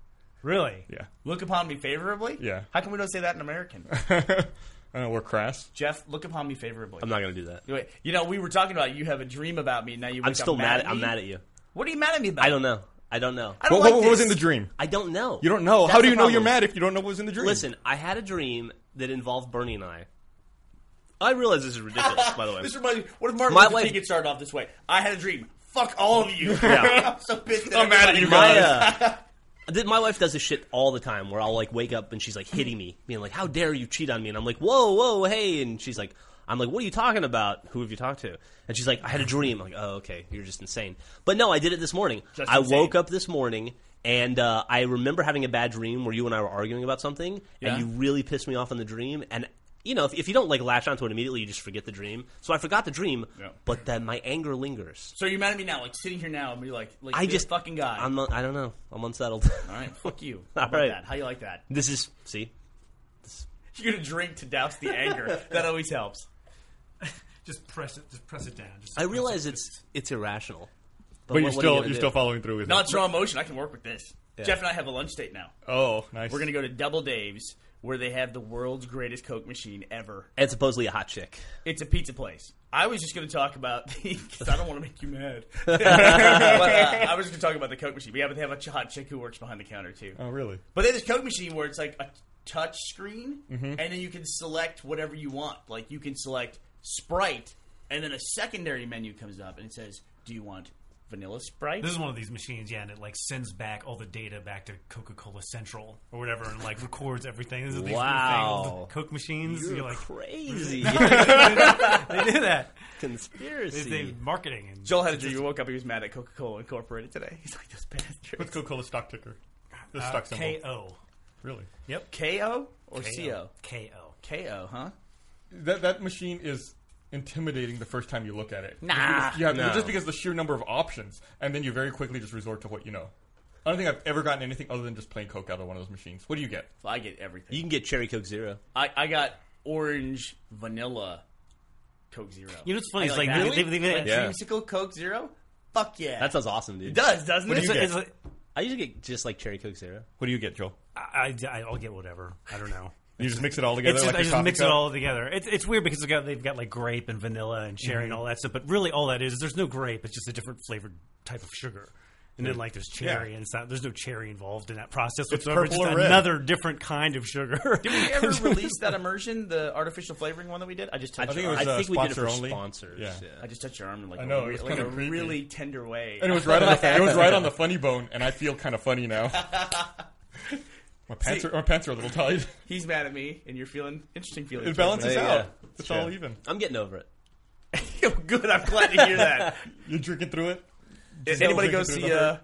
Really?
Yeah,
Look upon me favorably.
Yeah.
How come we don't say that in American?
uh, we're crass.
Jeff, look upon me favorably.
I'm not gonna do that.
Wait, you know, we were talking about you have a dream about me. Now you. Wake
I'm still
up
mad.
At
At, I'm
me.
mad at you.
What are you mad at me about?
I don't know. I don't know.
I
What,
don't
what,
like
what was
this.
in the dream?
I don't know.
You don't know. How
That's
do you
the
know you're
problem.
mad if you don't know what was in the dream?
Listen, I had a dream that involved Bernie and I. I realize this is ridiculous, by the way.
Ah, This reminds me. What if Martin
My
Luther
wife-
King get started off this way? I had a dream. Fuck all of you.
Yeah.
I'm so pissed.
I'm mad at you
my,
guys.
uh, th- my wife does this shit all the time where I'll like wake up and she's like hitting me, being like, "How dare you cheat on me?" And I'm like, "Whoa, whoa, hey!" And she's like, "I'm like, what are you talking about? Who have you talked to?" And she's like, "I had a dream." I'm like, "Oh, okay, you're just insane." But no, I did it this morning.
Just
I
insane.
woke up this morning. And uh, I remember having a bad dream where you and I were arguing about something,
Yeah.
and you really pissed me off on the dream. And you know, if, if you don't like latch onto it immediately, you just forget the dream. So I forgot the dream,
Yeah.
but then my anger lingers.
So you're mad at me now, like sitting here now, and be like, like
I
this
just
fucking guy.
I'm not, I don't know. I'm unsettled.
all right, fuck you.
All
How about
right.
that? How you like that?
This is see.
You're gonna drink to douse the anger. that always helps.
Just press it. Just press it down. Just
I realize it's it's irrational,
but you're
what- what are you
still
gonna
you're
do?
still following through with
No,
it.
it's raw emotion. I can work with this. Jeff and I have a lunch date now.
Oh, nice.
We're gonna go to Double Dave's, where they have the world's greatest Coke machine ever.
and supposedly a hot chick.
It's a pizza place. I was just going to talk about because I don't want to make you mad. but, uh, I was going to talk about the Coke machine. But yeah, but they have a ch- hot chick who works behind the counter too.
Oh, really?
But they have this Coke machine where it's like a touch screen,
Mm-hmm.
and then you can select whatever you want. Like you can select Sprite, and then a secondary menu comes up and it says, "Do you want vanilla Sprite?"
This is one of these machines, yeah, and it like sends back all the data back to Coca-Cola Central or whatever, and like records everything. This is these new
Wow.
thing, all the Coke machines. You're, like,
crazy
they do that. They, they
conspiracy.
marketing and
Joel had a dream. He woke up. He was mad at Coca Cola Incorporated today. He's like, "Those bastards."
What's Coca-Cola stock ticker? The
uh,
stock symbol.
KO.
really?
Ko or co?
KO.
Ko, huh?
That that machine is intimidating the first time you look at it.
Nah.
You just, you have-
No.
just because of the sheer number of options, and then you very quickly just resort to what you know. I don't think I've ever gotten anything other than just plain Coke out of one of those machines. What do you get?
Well, I get everything.
You can get cherry coke zero.
I, I got orange vanilla Coke Zero.
You know what's funny?
I
It's like,
that.
they- they- they-
Like
Yeah.
creamsicle Coke Zero. Fuck yeah,
That sounds awesome, dude.
it does doesn't it?
It's,
you
like-
get?
it's like,
I usually get just like cherry coke zero.
What do you get, Joel?
I, I, I'll get whatever. I don't know.
You just mix it all together.
It's just,
like
I
your
just
coffee
mix it
cup?
all together. It's, it's weird because they've got, they've got like grape and vanilla and cherry and
Mm-hmm.
all that stuff. But really, all that is is there's no grape. It's just a different flavored type of sugar. And then like there's cherry
Yeah.
and it's not, there's no cherry involved in that process whatsoever. It's
purple
just
or red.
another different kind of sugar.
Did we ever release that immersion, the artificial flavoring one that we did? I just touched.
I think it
your
was uh,
arm.
think we did it
sponsor
for
only.
sponsors,
Yeah.
yeah.
I just touched your arm in like,
I know,
a,
it was
like
kinda
a
creepy.
really tender way.
And it was right on the it was right on the funny bone, and I feel kind of funny now. My pants
See-
are my pants are a little tight.
He's mad at me, and you're feeling interesting feelings.
It balances
Yeah, yeah.
out. It's all
Yeah.
even.
I'm getting over it.
Good. I'm glad to hear that.
You're drinking through it.
Did
Giselle
anybody go
drinking
see?
through the
Uh,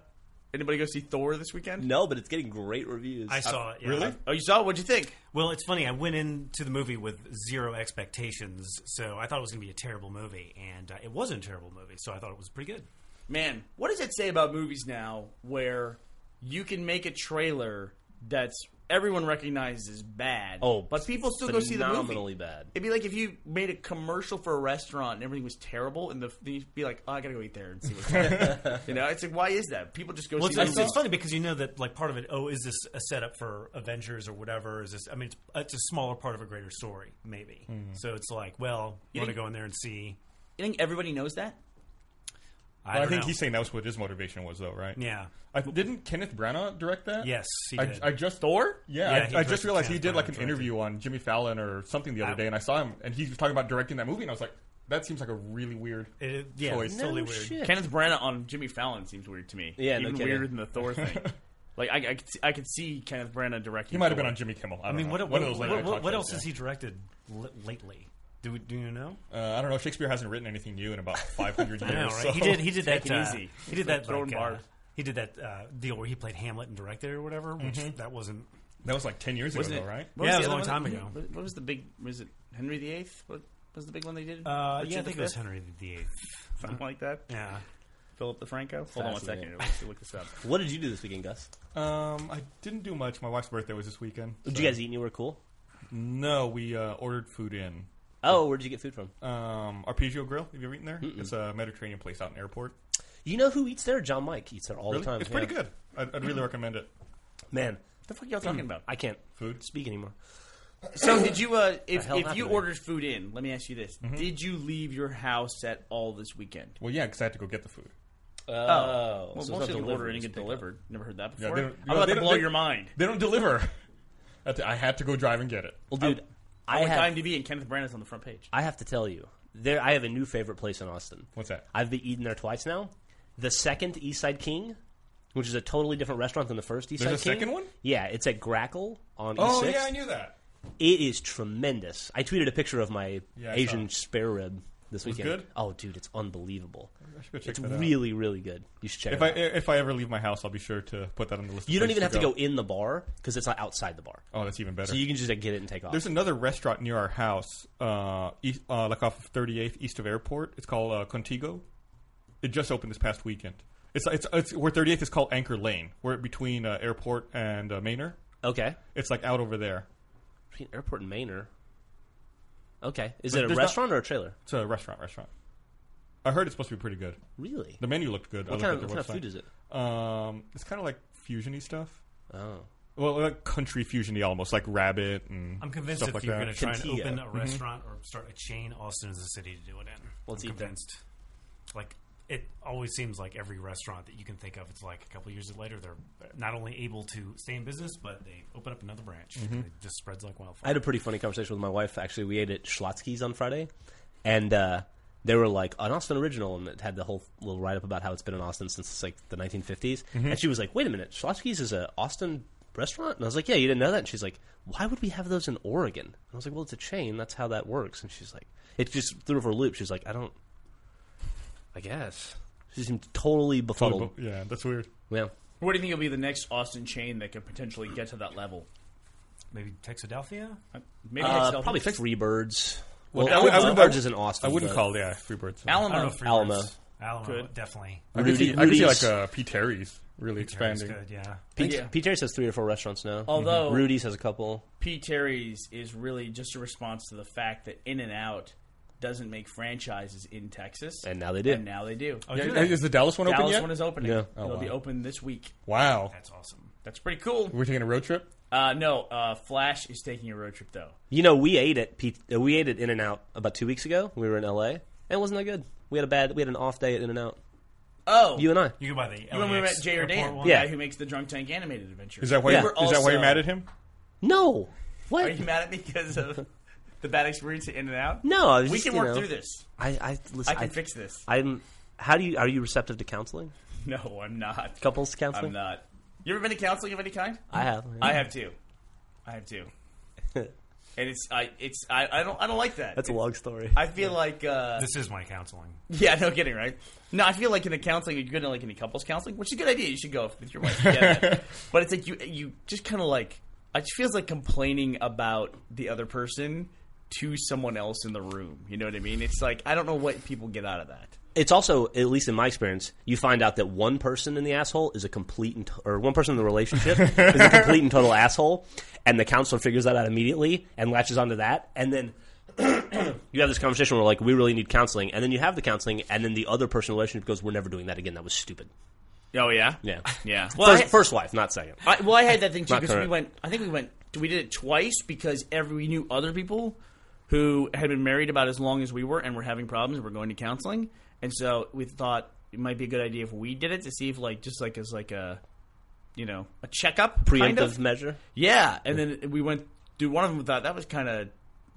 anybody go see Thor this weekend?
No, but it's getting great reviews.
I saw it. Yeah.
Really?
Oh, you saw? it? What'd you think?
Well, it's funny. I went into the movie with zero expectations, so I thought it was going to be a terrible movie, and uh, it wasn't a terrible movie. So I thought it was pretty good.
man, what does it say about movies now where you can make a trailer that's everyone recognizes bad,
Oh,
but people still go see the
phenomenally
movie?
bad.
It'd be like if you made a commercial for a restaurant and everything was terrible, and the then you'd be like, "Oh, I gotta go eat there and see what's happening." you know, it's like, why is that? People just go
Well,
see.
it's,
the
it's,
movie.
it's funny because you know that like part of it. Oh, is this a setup for Avengers or whatever? Is this? I mean, it's, it's a smaller part of a greater story, maybe. So it's like, well, you want to
think-
go in there and see.
You think everybody knows that?
I,
I
I
don't
think
know.
he's saying that was what his motivation was, though, right?
Yeah.
I, didn't Kenneth Branagh direct that?
Yes, he
I,
did.
I just Thor. Yeah,
Yeah,
I-
he
I, just
directed
realized he
Kenneth
did like
Branagh
an
directed.
interview on Jimmy Fallon or something the other
I-
day, and I saw him, and he was talking about directing that movie, and I was like, that seems like a really weird
It- yeah,
choice.
it's totally No weird. shit.
Kenneth Branagh on Jimmy Fallon seems weird to me.
Yeah, no
even
kidding.
weirder than the Thor thing. like I, I, could see, I could see Kenneth Branagh directing.
He might have been
Thor.
on Jimmy Kimmel. I,
I
don't
mean,
know.
what
One
what,
of those
what, what,
late night talk
what
shows,
else
yeah.
has he directed l- lately? Do we- do you know?
Uh, I don't know. Shakespeare hasn't written anything new in about 500
I
years.
know, right?
so-
He did. He did
Take
that.
it
uh,
easy.
He did
Like
that.
throwing
Like, uh,
bars.
he did that uh, deal where he played Hamlet and directed it or whatever. Which that wasn't.
That was like 10 years
Wasn't
ago,
it?
though, right?
what
Yeah,
was
it
the
was a
other
long
one?
time ago.
What was the big? Was it Henry VIII? What was the big one they did?
Uh,
Richard
yeah, I think it was
V?
Henry VIII.
Something like that.
Yeah.
Philip the Franco. Hold on one second.
Fascinating.
Let's look this up.
What did you do this weekend, Gus?
Um, I didn't do much. My wife's birthday was this weekend.
Did
so-
you guys eat anywhere cool?
No, we uh, ordered food in.
Oh, where did you get food from?
Um, Arpeggio Grill. Have you ever eaten there? It's a Mediterranean place out in Airport.
You know who eats there? John Mike eats there all
Really?
the time.
it's pretty
yeah. Mm-hmm.
good. I'd, I'd really recommend it.
Man,
The fuck y'all talking about?
I can't
Food.
speak anymore.
So did you? Uh, if
hell
if
happened
you
to me?
ordered food in, let me ask you this: Did you leave your house at all this weekend?
Well, yeah, because I had to go get the food.
Oh,
well, most people order in and get delivered. Never heard that
Yeah,
before.
they don't-
I'm
no,
about
they
to
don't-
blow
they-
your mind.
They don't deliver. I had to- I had to go drive and get it.
Well, dude,
I,
Um, I
went
have,
to IMDb and Kenneth Branagh's on the front page.
I have to tell you, there I have a new favorite place in Austin.
What's that?
I've been eating there twice now. The second East Side King, which is a totally different restaurant than the first East
There's
Side
a
King.
second one?
Yeah, it's at Grackle on
Oh,
East 6th.
yeah, I knew that.
It is tremendous. I tweeted a picture of my
Yeah, I
Asian
saw
spare rib this
Was
weekend.
good?
Oh, dude, it's unbelievable.
I should go check
It's
that out.
really, really good. You should check
If
it
I
out.
if I ever leave my house, I'll be sure to put that on the list. of
you don't
places
even have to go in the bar because it's not outside the bar.
Oh, that's even better.
So you can just like, get it and take off.
There's another restaurant near our house, uh, east, uh, like off of 38th, east of Airport. It's called uh, Contigo. It just opened this past weekend. It's, it's, it's where 38th is called Anchor Lane. We're between uh, Airport and uh, Manor.
okay.
It's like out over there.
Between Airport and Manor. Okay. Is
But
it a
there's not-
restaurant or a trailer?
It's a restaurant. Restaurant. I heard it's supposed to be pretty good.
Really?
The menu looked good. I looked
What kind, of,
at
what
their website.
kind of food is it?
Um, it's kind of like fusiony stuff.
Oh.
Well, like country fusiony almost, like rabbit and
I'm convinced
stuff
if
like
you're
that.
going to try
Cantilla.
and open a restaurant or start a chain, Austin is the city to do it in.
Let's
I'm
eat that.
convinced. Like it always seems like every restaurant that you can think of, it's like a couple years later they're not only able to stay in business, but they open up another branch. It just spreads like
I
wildfire.
had a pretty funny conversation with my wife. Actually, we ate at Schlotsky's on Friday, and uh, they were like an Austin original, and it had the whole little write up about how it's been in Austin since like the 1950s.
Mm-hmm.
And she was like, "Wait a minute, Schlotsky's is a Austin restaurant?" And I was like, "Yeah, you didn't know that?" And she's like, "Why would we have those in Oregon?" And I was like, "Well, it's a chain. That's how that works." And she's like, "It just threw her for a loop." She's like, "I don't, I guess." She seemed totally befuddled.
Yeah, that's weird.
Yeah.
What do you think will be the next Austin chain that could potentially get to that level?
Maybe Texadelphia.
Maybe
Uh,
Hexadelphia?
probably Free Birds.
Well,
Well,
I would- I
Free
would-
Birds is in Austin.
I wouldn't
but-
call it, yeah, free birds.
I don't know.
Alamo.
if Free
Alamo.
Birds- Alamo,
Good.
definitely.
I could, see,
Rudy-
I could see
Rudy's-
like uh, P. Terry's really
Terry's
expanding.
good, yeah.
Pete,
Yeah.
Pete Terry's has three or four restaurants now. Mm-hmm.
Although-
Rudy's has a couple.
P. Terry's is really just a response to the fact that In and Out doesn't make franchises in Texas,
And now they do.
And now they do.
Oh,
Yeah,
do they?
is the Dallas one open
Dallas
yet?
one is opening.
No.
Oh,
It'll be
wow.
open this week.
wow,
That's awesome.
That's pretty cool.
we're taking a road trip.
Uh, no, uh, Flash is taking a road trip though.
You know, we ate at Pete, uh, we ate at In and Out about two weeks ago. We were in L.A. and it wasn't that good. We had a bad, we had an off day at In and Out.
Oh,
You and I.
You can buy the.
You remember we
LAX
met Jay or
airport
Dan,
one?
the
Yeah.
guy who makes the Drunk Tank animated adventure.
Is that why?
Yeah.
You're, is that why you're mad at him?
No,
Are
what?
you mad at me because of the bad experience at In and Out?
No, I was
we
just,
can
you
work
know,
through this.
I, I
I
listen.
can fix this.
I'm. How do you? Are you receptive to counseling?
No, I'm not.
Couples counseling?
I'm not. You ever been to counseling of any kind?
I have.
I have two. I have two. and it's I it's I, I don't I don't like that.
That's a
It's-
long story.
I feel like uh,
This is my counseling.
yeah, no kidding, right? No, I feel like in the counseling, you're good at like any couples counseling, which is a good idea. You should go with your wife. I get that. but it's like you you just kind of like it just feels like complaining about the other person to someone else in the room. You know what I mean? It's like I don't know what people get out of that.
it's also, at least in my experience, you find out that one person in the asshole is a complete and t- or one person in the relationship is a complete and total asshole, and the counselor figures that out immediately and latches onto that, and then you have this conversation where like we really need counseling, and then you have the counseling, and then the other person in the relationship goes, "We're never doing that again. That was stupid."
Oh yeah,
Yeah,
yeah. Well,
First, first wife, not second.
I, well, I had that thing too
Not
because we
current.
went. I think we went. We did it twice because every we knew other people who had been married about as long as we were and were having problems. and Were going to counseling, and so we thought it might be a good idea if we did it to see if like just like as like a you know a checkup
Preemptive
kind of.
measure.
Yeah, and then we went do one of them. and Thought that was kind of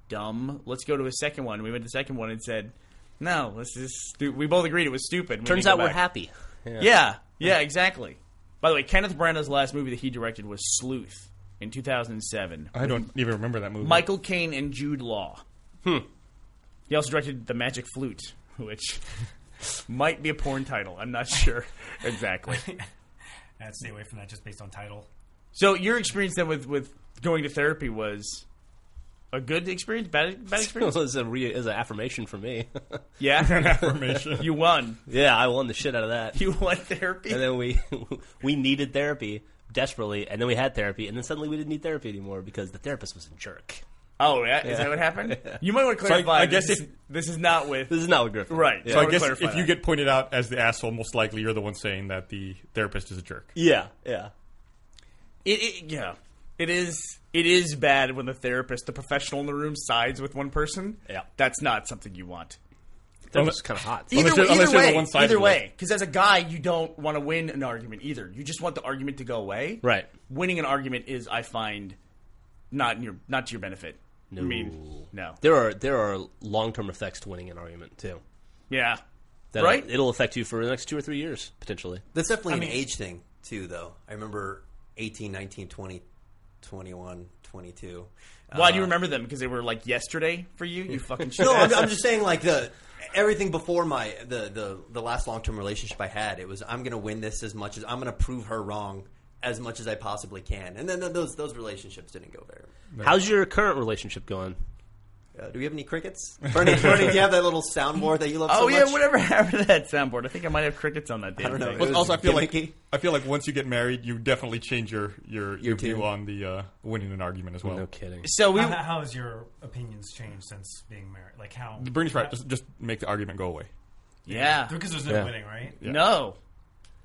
dumb. Let's go to a second one. We went to the second one and said, "No, let's just." Do, we both agreed it was stupid. We
Turns
didn't
out
go
we're
back.
happy.
Yeah. yeah, exactly. By the way, Kenneth Branagh's last movie that he directed was Sleuth in 2007.
I don't even remember that movie.
Michael Caine and Jude Law. Hmm. He also directed The Magic Flute, which might be a porn title. I'm not sure exactly.
I'd stay away from that just based on title.
So your experience then with, with going to therapy was a good experience, bad bad
it
experience?
was a re- it was an affirmation for me.
An
Yeah,
affirmation.
you won.
yeah, I won the shit out of that.
You won therapy.
and then we we needed therapy desperately, and then we had therapy, and then suddenly we didn't need therapy anymore because the therapist was a jerk.
Oh, yeah? is that what happened? You might want to
I-
clarify.
I
this
guess
is-
if-
this is not with
This is not what Griffin.
right.
Yeah.
so I
wanna
guess if
clarify
you
that.
get pointed out as the asshole, most likely you're the one saying that the therapist is a jerk.
Yeah. Yeah.
It, it yeah. It is it is bad when the therapist, the professional in the room, sides with one person.
Yeah.
That's not something you want.
Therapist was kind of hot.
Either,
Unless you're- unless
either
you're the
way,
one-sided
either
one.
way, because as a guy, you don't want to win an argument either. You just want the argument to go away.
Right.
Winning an argument is, I find, not in your not to your benefit. No. I mean, no.
There are there are long term effects to winning an argument too.
Yeah.
That'll-
right.
It'll affect you for the next two or three years potentially.
That's definitely an age thing, too, though. I remember 18, 19, 20, 21, 22.
Why do you remember them? Because they were like yesterday for you. You fucking shit.
Uh-huh. No, I'm, I'm just saying, like the everything before my the the, the last long term relationship I had, it was I'm going to win this as much as I'm going to prove her wrong as much as I possibly can. And then th- those those relationships didn't go very.
How's your current relationship going?
Uh, do we have any crickets? Bernie, Bernie, do you have that little soundboard that you love? so
Oh yeah,
much?
whatever happened to that soundboard? I think I might have crickets on that. Damn
don't know.
thing.
It was
But also, I feel
gimmicky.
like I feel like once you get married, you definitely change your your, your
tune.
view on the uh, winning an argument as well.
No kidding.
So we
How, how has your opinions changed since being married? Like how?
Bernie's right. Just, just make the argument go away.
yeah.
because Oh, there's no
Yeah.
winning, right?
No.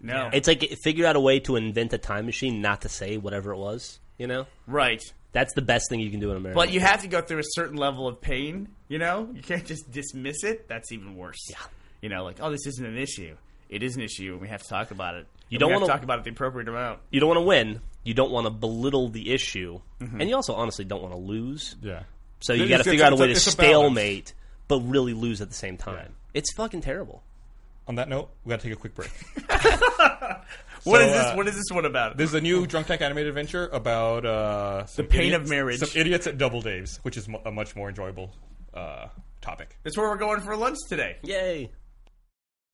No.
It's like figure out a way to invent a time machine not to say whatever it was. You know,
right.
that's the best thing you can do in America.
But you have to go through a certain level of pain, you know? You can't just dismiss it. That's even worse. Yeah. You know, like, oh, this isn't an issue. It is an issue, and we have to talk about it.
You
And
don't
we have to
wanna-
talk about it the appropriate amount.
you don't want to win. You don't want to belittle the issue, and you also honestly don't want to lose.
Mm-hmm. Yeah.
So you
It's-
got to
it's-
figure out a
it's
way to
it's balance.
stalemate, but really lose at the same time. It's fucking terrible.
On that note, we got to take a quick break.
what is this?
uh,
what is this one about?
This is a new Drunk Tank animated adventure about uh, some
The pain of
idiots-
marriage.
Some idiots at Double Dave's, which is mu- a much more enjoyable uh, topic.
It's where we're going for lunch today.
Yay!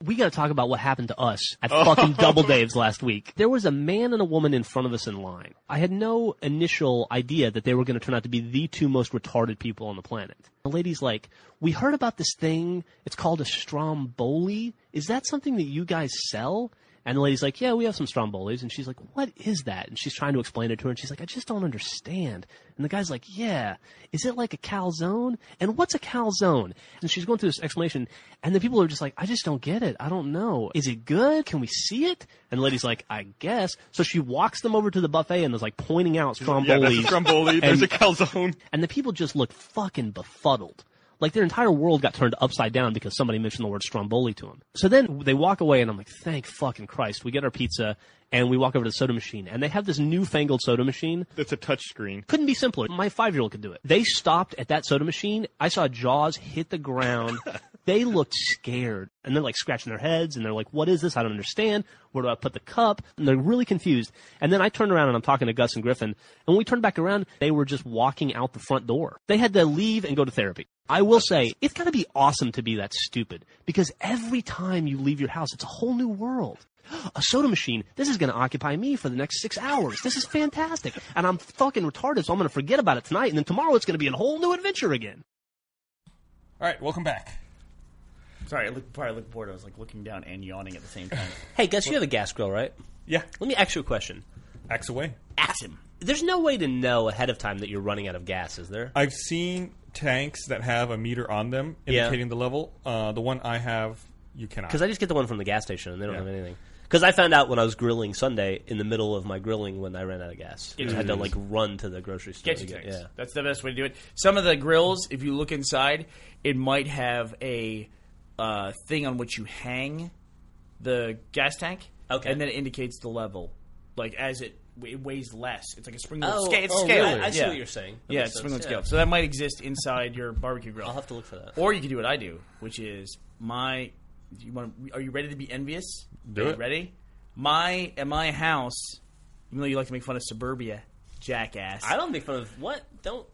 We gotta talk about what happened to us
Oh.
at fucking Double Dave's last week. There was a man and a woman in front of us in line. I had no initial idea that they were gonna turn out to be the two most retarded people on the planet. The lady's like, we heard about this thing, it's called a stromboli. Is that something that you guys sell? And the lady's like, yeah, we have some strombolis. And she's like, what is that? And she's trying to explain it to her. And she's like, I just don't understand. And the guy's like, yeah, is it like a calzone? And what's a calzone? And she's going through this explanation. And the people are just like, I just don't get it. I don't know. Is it good? Can we see it? And the lady's like, I guess. So she walks them over to the buffet and is like pointing out
Yeah, that's a
strombolis.
stromboli. There's a
And-
calzone.
and the people just looked fucking befuddled. Like their entire world got turned upside down because somebody mentioned the word Stromboli to them. So then they walk away, and I'm like, thank fucking Christ. We get our pizza, and we walk over to the soda machine, and they have this newfangled soda machine.
That's a touchscreen.
Couldn't be simpler. My five year old could do it. They stopped at that soda machine. I saw Jaws hit the ground. they looked scared, and they're like scratching their heads, and they're like, what is this? I don't understand. Where do I put the cup? And they're really confused. And then I turned around and I'm talking to Gus and Griffin, and when we turned back around, they were just walking out the front door. They had to leave and go to therapy. I will say, it's gotta be awesome to be that stupid because every time you leave your house, it's a whole new world. A soda machine, this is gonna occupy me for the next six hours. This is fantastic. And I'm fucking retarded, so I'm gonna forget about it tonight, and then tomorrow it's gonna be a whole new adventure again.
All right, welcome back.
Sorry, I looked, before I looked bored, I was like looking down and yawning at the same time.
Hey, Gus, you have a gas grill, right?
Yeah,
Let me ask you a question.
axe away.
Ask him.
There's no way to know ahead of time that you're running out of gas, is there?
I've seen tanks that have a meter on them
Yeah.
indicating the level. Uh, the one I have, you cannot.
Because I just get the one from the gas station, and they don't
Yeah.
have anything. Because I found out when I was grilling Sunday in the middle of my grilling when I ran out of gas, I had to like run to the grocery store.
Get
to
you
get-
tanks.
yeah.
That's the best way to do it. Some of the grills, if you look inside, it might have a uh, thing on which you hang the gas tank.
Okay.
And then it indicates the level, like as it, it weighs less. It's like a springboard
Oh,
scale. It's
oh,
scale.
really? I- I see
Yeah.
what you're saying. That
yeah,
makes
it's springboard
sense, yeah.
scale. So that might exist inside your barbecue grill.
I'll have to look for that.
Or you could do what I do, which is my. Do you want? Are you ready to be envious?
Do
Are you
it.
Ready? My at my house, even though you like to make fun of suburbia, jackass.
I don't make fun of what. Don't.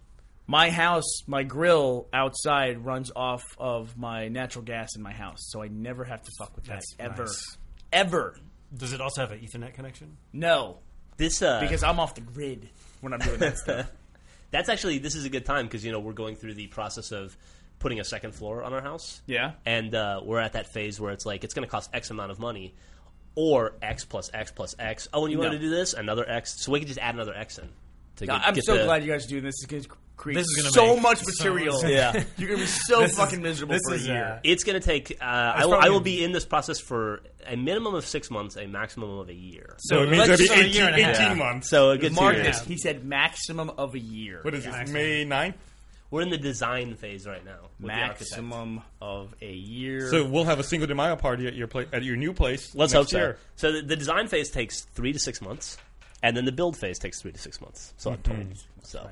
my house, my grill outside runs off of my natural gas in my house, so I never have to fuck with that
That's
ever,
nice.
ever.
Does it also have an Ethernet connection?
No,
This uh,
because I'm off the grid when I'm doing that stuff.
That's actually this is a good time because you know we're going through the process of putting a second floor on our house.
Yeah.
and uh, we're at that phase where it's like it's going to cost X amount of money, or X plus X plus X. Oh, and you want
No.
to do this another X, so we could just add another X in. To
Now,
get-
I'm
get
so
the-
glad you guys are doing this. It's going to create
This is gonna
so
make
much
so
material.
much-
Yeah.
you're going to be so
This is-
fucking miserable
this
for a
is,
year.
uh,
It's going to take. Uh, I
It's
will. I
probably-
will be in this process for a minimum of six months, a maximum of a year.
So it means
let's
that'd be
just-
18,
year and a half.
18 months.
So a good two
Mark
years.
this. He said maximum of a year.
What is this? May 9th?
We're in the design phase right now. with the architect.
maximum of a year?
So we'll have a single de Mayo party at your pla- at your new place.
Let's
next
hope so.
year.
So the, the design phase takes three to six months, and then the build phase takes three to six months. So
Mm-hmm.
I'm told. So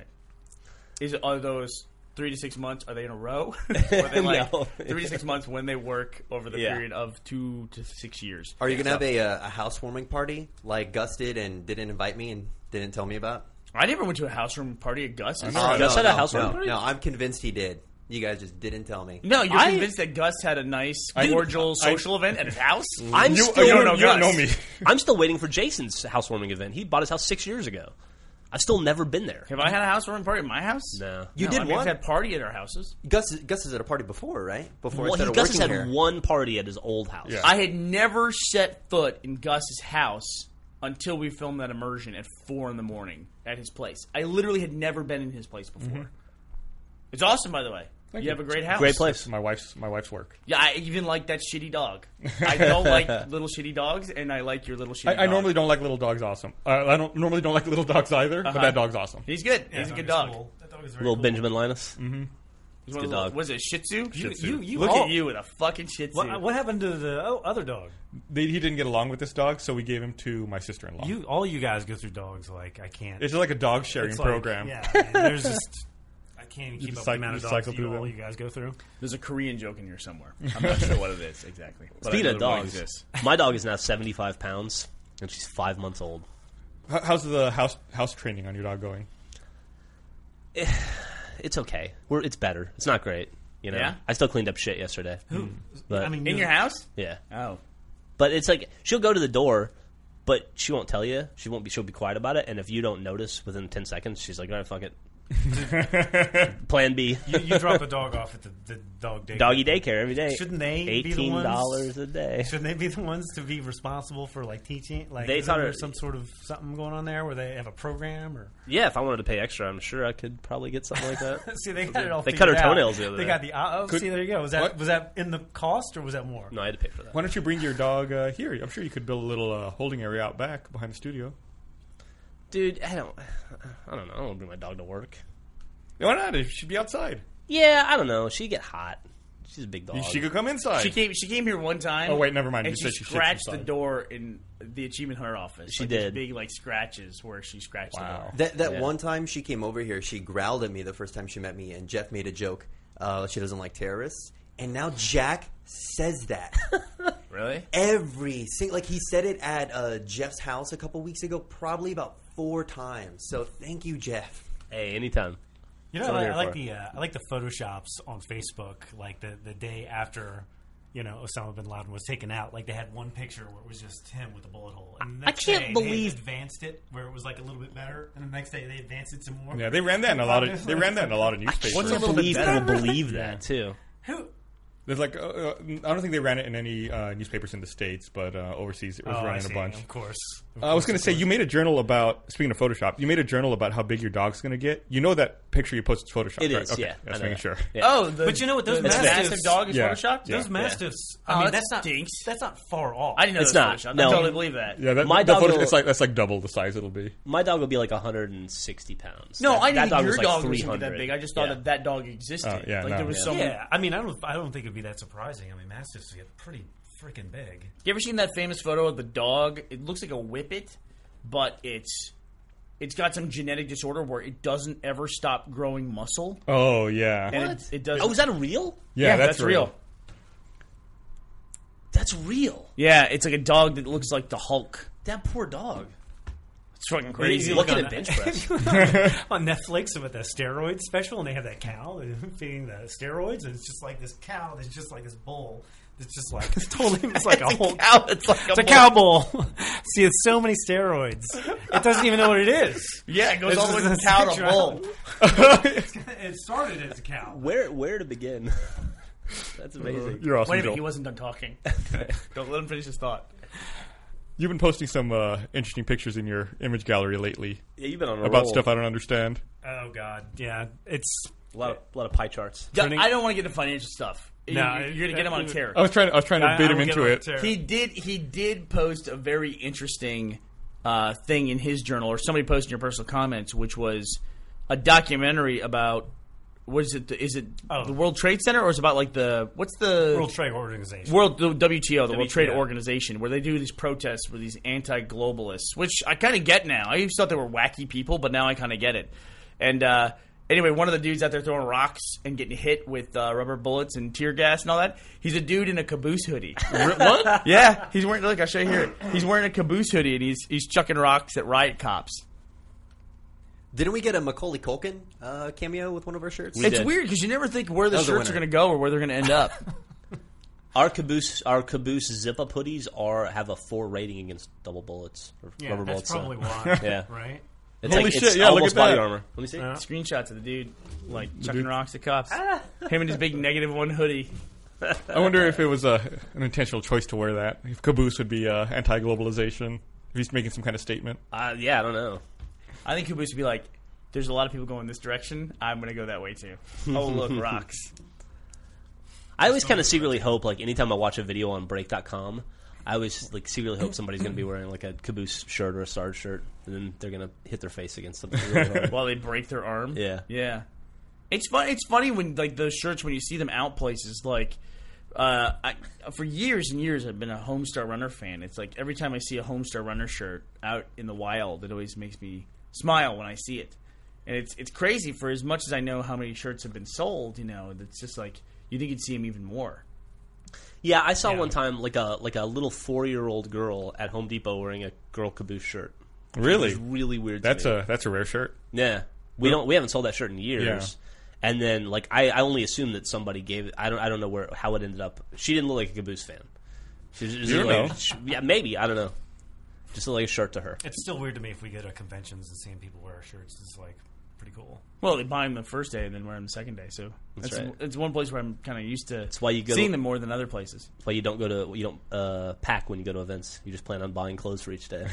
is it, are those three to six months? Are they in a row? Or are they like
No.
three to six months when they work over the
Yeah.
period of two to six years?
Are you gonna have a, uh, a housewarming party like Gus did and didn't invite me and didn't tell me about?
I never went to a house room party at Gus.
Oh,
Gus had a housewarming
no,
party?
No, I'm convinced he did. You guys just didn't tell me.
No, you're
I-
convinced that Gus had a nice, cordial
I-
social event at his house?
I'm
You, oh,
still
you don't know, you don't
Gus.
know me.
I'm still waiting for Jason's housewarming event. He bought his house six years ago. I've still never been there.
Have I had a housewarming party at my house?
No.
You
uh, No,
did
I mean,
one?
I've had party at our houses.
Gus Gus is at a party before, right? Before
Well,
I
he,
started
Gus has
working
had
here.
one party at his old house.
Yeah.
I had never set foot in Gus's house until we filmed that immersion at four in the morning at his place. I literally had never been in his place before. It's awesome, by the way. you, have a great house.
Great place.
My wife's my wife's work.
Yeah, I even like that shitty dog. I don't like little shitty dogs, and I like your little shitty.
I, I
dog.
normally don't like little dogs. Awesome. Uh, I don't normally don't like little dogs either, but
Uh-huh.
that dog's awesome.
He's good. He's a good dog.
That dog is very
Little
cool.
Benjamin Linus.
Mm-hmm.
He's one
good
of those-
dog.
Was it Shih Tzu? uh,
You- you- you
look
all-
at you with a fucking Shih Tzu.
What, what happened to the oh, other dog?
They, he didn't get along with this dog, so we gave him to my sister-in-law.
You all you guys go through dogs like I can't.
it's like a dog sharing
It's like-
program.
Yeah, man, there's just I can't even keep
just
up
cycle-
with the amount of
you
dogs
cycle
you,
through
all
them.
you guys go through.
There's a Korean joke in here somewhere. I'm not sure what it is exactly. but I
Speaking
know
of
it really
dogs,
exists.
my dog is now 75 pounds, and she's five months old.
How- How's the house house training on your dog going?
It's okay. We're, it's better. It's not great. You know,
Yeah?
I still cleaned up shit yesterday. Who? Hmm. But,
I mean,
in
you-
your house?
yeah.
Oh,
But it's like she'll go to the door, but she won't tell you. She won't be. She'll be quiet about it. And if you don't notice within ten seconds, she's like, "All right, fuck it." Plan B,
you, you drop a dog off at the, the dog daycare.
doggy daycare every day.
Shouldn't they be the
Eighteen
ones-
dollars a day.
Shouldn't they be the ones to be responsible for like teaching? Like,
They
is
taught her-
there some sort of something going on there where they have a program or?
Yeah, if I wanted to pay extra, I'm sure I could probably get something like that.
See, they got it all.
They cut her
figured out.
toenails the other
They
day.
got the. Uh, oh, see, there you go. Was that
What?
was that in the cost or was that more?
no, I had to pay for that.
Why don't you bring your dog uh, here? I'm sure you could build a little uh, holding area out back behind the studio.
Dude, I don't. I don't know. I don't want to bring my dog to work.
Why not? It should be outside.
Yeah, I don't know. She get hot. She's a big dog.
She could come inside.
she came. She came here one time.
Oh, wait, never mind.
And
You
she
said she shits
scratched the
inside.
door in the Achievement Hunter office.
She
Like, these
did.
big like scratches where she scratched the door.
That that one time she came over here, she growled at me the first time she met me, and Jeff made a joke. Uh, she doesn't like terrorists, and now Jack says that
Really?
every single. Like he said it at uh, Jeff's house a couple weeks ago, probably about four times. So thank you, Jeff.
Hey, anytime.
You know,
That's what
I,
I'm
I like
here
the uh, I like the photoshops on Facebook, like the the day after. You know, Osama bin Laden was taken out. Like they had one picture where it was just him with a bullet hole. And the next
can't
day, they
believe-
advanced it where it was like a little bit better, and the next day they advanced it some more.
Yeah, they ran that in a lot of they ran that in a lot of newspapers.
What's a little bit better?
People believe that too.
Who?
There's like uh, uh, I don't think they ran it in any uh, newspapers in the states, but uh, overseas it was
Oh,
run
I
in a
see.
bunch.
Of course. Of
I was
course,
going
of
to say
course.
you made a journal about speaking of Photoshop. You made a journal about how big your dog's going to get. You know that picture you posted is Photoshop.
It
right?
is,
Okay,
yeah, I
Just making
know that.
sure.
Yeah.
Oh, the,
But you know what? Those
the
mastiffs-
massive dog is
Yeah.
photoshopped.
Yeah.
Those mastiffs. I
Oh,
mean,
that
that's not
stinks.
That's not far off.
I didn't know
It's
it's
not.
not.
No.
I totally believe that.
Yeah, that,
My
the
dog
photo,
will-
it's like that's like double the size it'll be.
My dog will be like 160 pounds.
No,
That-
I didn't
that dog
think your
was like
dog was
300.
even that big. I just thought
Yeah.
that that dog existed.
Oh, yeah,
like
no.
there was
Yeah.
some.
Yeah, I mean, I don't. I don't think it'd be that surprising. I mean, mastiffs get pretty freaking big.
You ever seen that famous photo of the dog? It looks like a whippet, but it's it's got some genetic disorder where it doesn't ever stop growing muscle.
Oh yeah.
And it, it does.
Oh, is that real?
Yeah, that's real.
That's real.
Yeah, it's like a dog that looks like the Hulk.
That poor dog.
It's fucking crazy.
Easy look at a bench press.
on Netflix about that steroid special, and they have that cow that's feeding the steroids, and it's just like this cow that's just like this bull. It's just like it's totally it's like a whole
Ow, it's like
It's a cow bull. See, it's so many steroids. It doesn't even know what it is.
Yeah, it goes
It's
all the way from
just a
cow to
picture.
bull.
It started as a cow.
Where where to begin? That's amazing.
You're awesome,
Wait a minute, he
Joel.
wasn't done talking. Don't let him finish his thought.
You've been posting some uh, interesting pictures in your image gallery lately
Yeah, you've been on a
about
roll.
stuff I don't understand.
Oh God, yeah. It's
A lot of a lot of pie charts.
Yeah,
Turning-
I don't want to get into financial stuff.
No,
You- you're, going to get him on a tear.
I was trying. I was trying to
I-
bait
I
him
will get
into
on
it.
to-
He did. He did post a very interesting uh, thing in his journal, or somebody posted in your personal comments, which was a documentary about. What is it? The, is it
Oh.
the World Trade Center, or is it about like the what's the
World Trade Organization.
World the WTO, the World Trade
WTO.
Organization, where they do these protests with these anti-globalists, which I kind of get now. I used to thought they were wacky people, but now I kind of get it. And uh, anyway, one of the dudes out there throwing rocks and getting hit with uh, rubber bullets and tear gas and all that. He's a dude in a caboose hoodie. what? Yeah, he's wearing. Look, I'll show you here. He's wearing a caboose hoodie and he's he's chucking rocks at riot cops.
Didn't we get a Macaulay Culkin uh, cameo with one of our shirts?
it's
did.
weird because you never think where
That
the
was a
shirts are
winner.
going to go or where they're going to end up.
Our caboose our caboose zip up hoodies are have a four rating against double bullets or
Yeah,
rubber
that's
bullets. uh,
probably why.
Yeah.
Right.
It's
Holy
like,
shit,
It's
yeah, look at
almost
that.
body armor. Let me see.
Yeah.
Screenshots of the dude Ah. like chucking rocks at cops. Him and his big negative one hoodie.
I wonder if it was uh, an intentional choice to wear that. If Caboose would be uh, anti-globalization, if he's making some kind of statement.
Uh, yeah, I don't know.
I think Caboose would be like, there's a lot of people going this direction. I'm going to go that way too. Oh, look, rocks.
I always kind of secretly hope, like, anytime I watch a video on Break.com, I always like secretly hope somebody's going to be wearing like a caboose shirt or a Sarge shirt, and then they're going to hit their face against something. Really hard.
While they break their arm.
Yeah.
Yeah. It's fun. It's funny when like those shirts when you see them out places like. Uh, I, for years and years, I've been a Homestar Runner fan. It's like every time I see a Homestar Runner shirt out in the wild, it always makes me smile when I see it. And it's it's crazy for as much as I know how many shirts have been sold. You know, it's just like you think you'd see them even more.
yeah, I saw one time like a like a little four year old girl at Home Depot wearing a girl caboose shirt.
Really,
It was really weird.
that's
to me.
a that's a rare shirt.
yeah. We don't we haven't sold that shirt in years. And then like I, I only assume that somebody gave it. I don't I don't know where how it ended up. She didn't look like a caboose fan. She was just
You don't
like,
know.
she- yeah, maybe I don't know. Just looked like a shirt to her.
It's still weird to me if we go to conventions and seeing people wear our shirts. It's like pretty cool.
Well, they buy them the first day and then wear them the second day. So that's
That's
that's,
right.
one place where I'm kind of used to
why you go
seeing
to-
them more than other places.
But you don't go to you don't uh, pack when you go to events. You just plan on buying clothes for each day.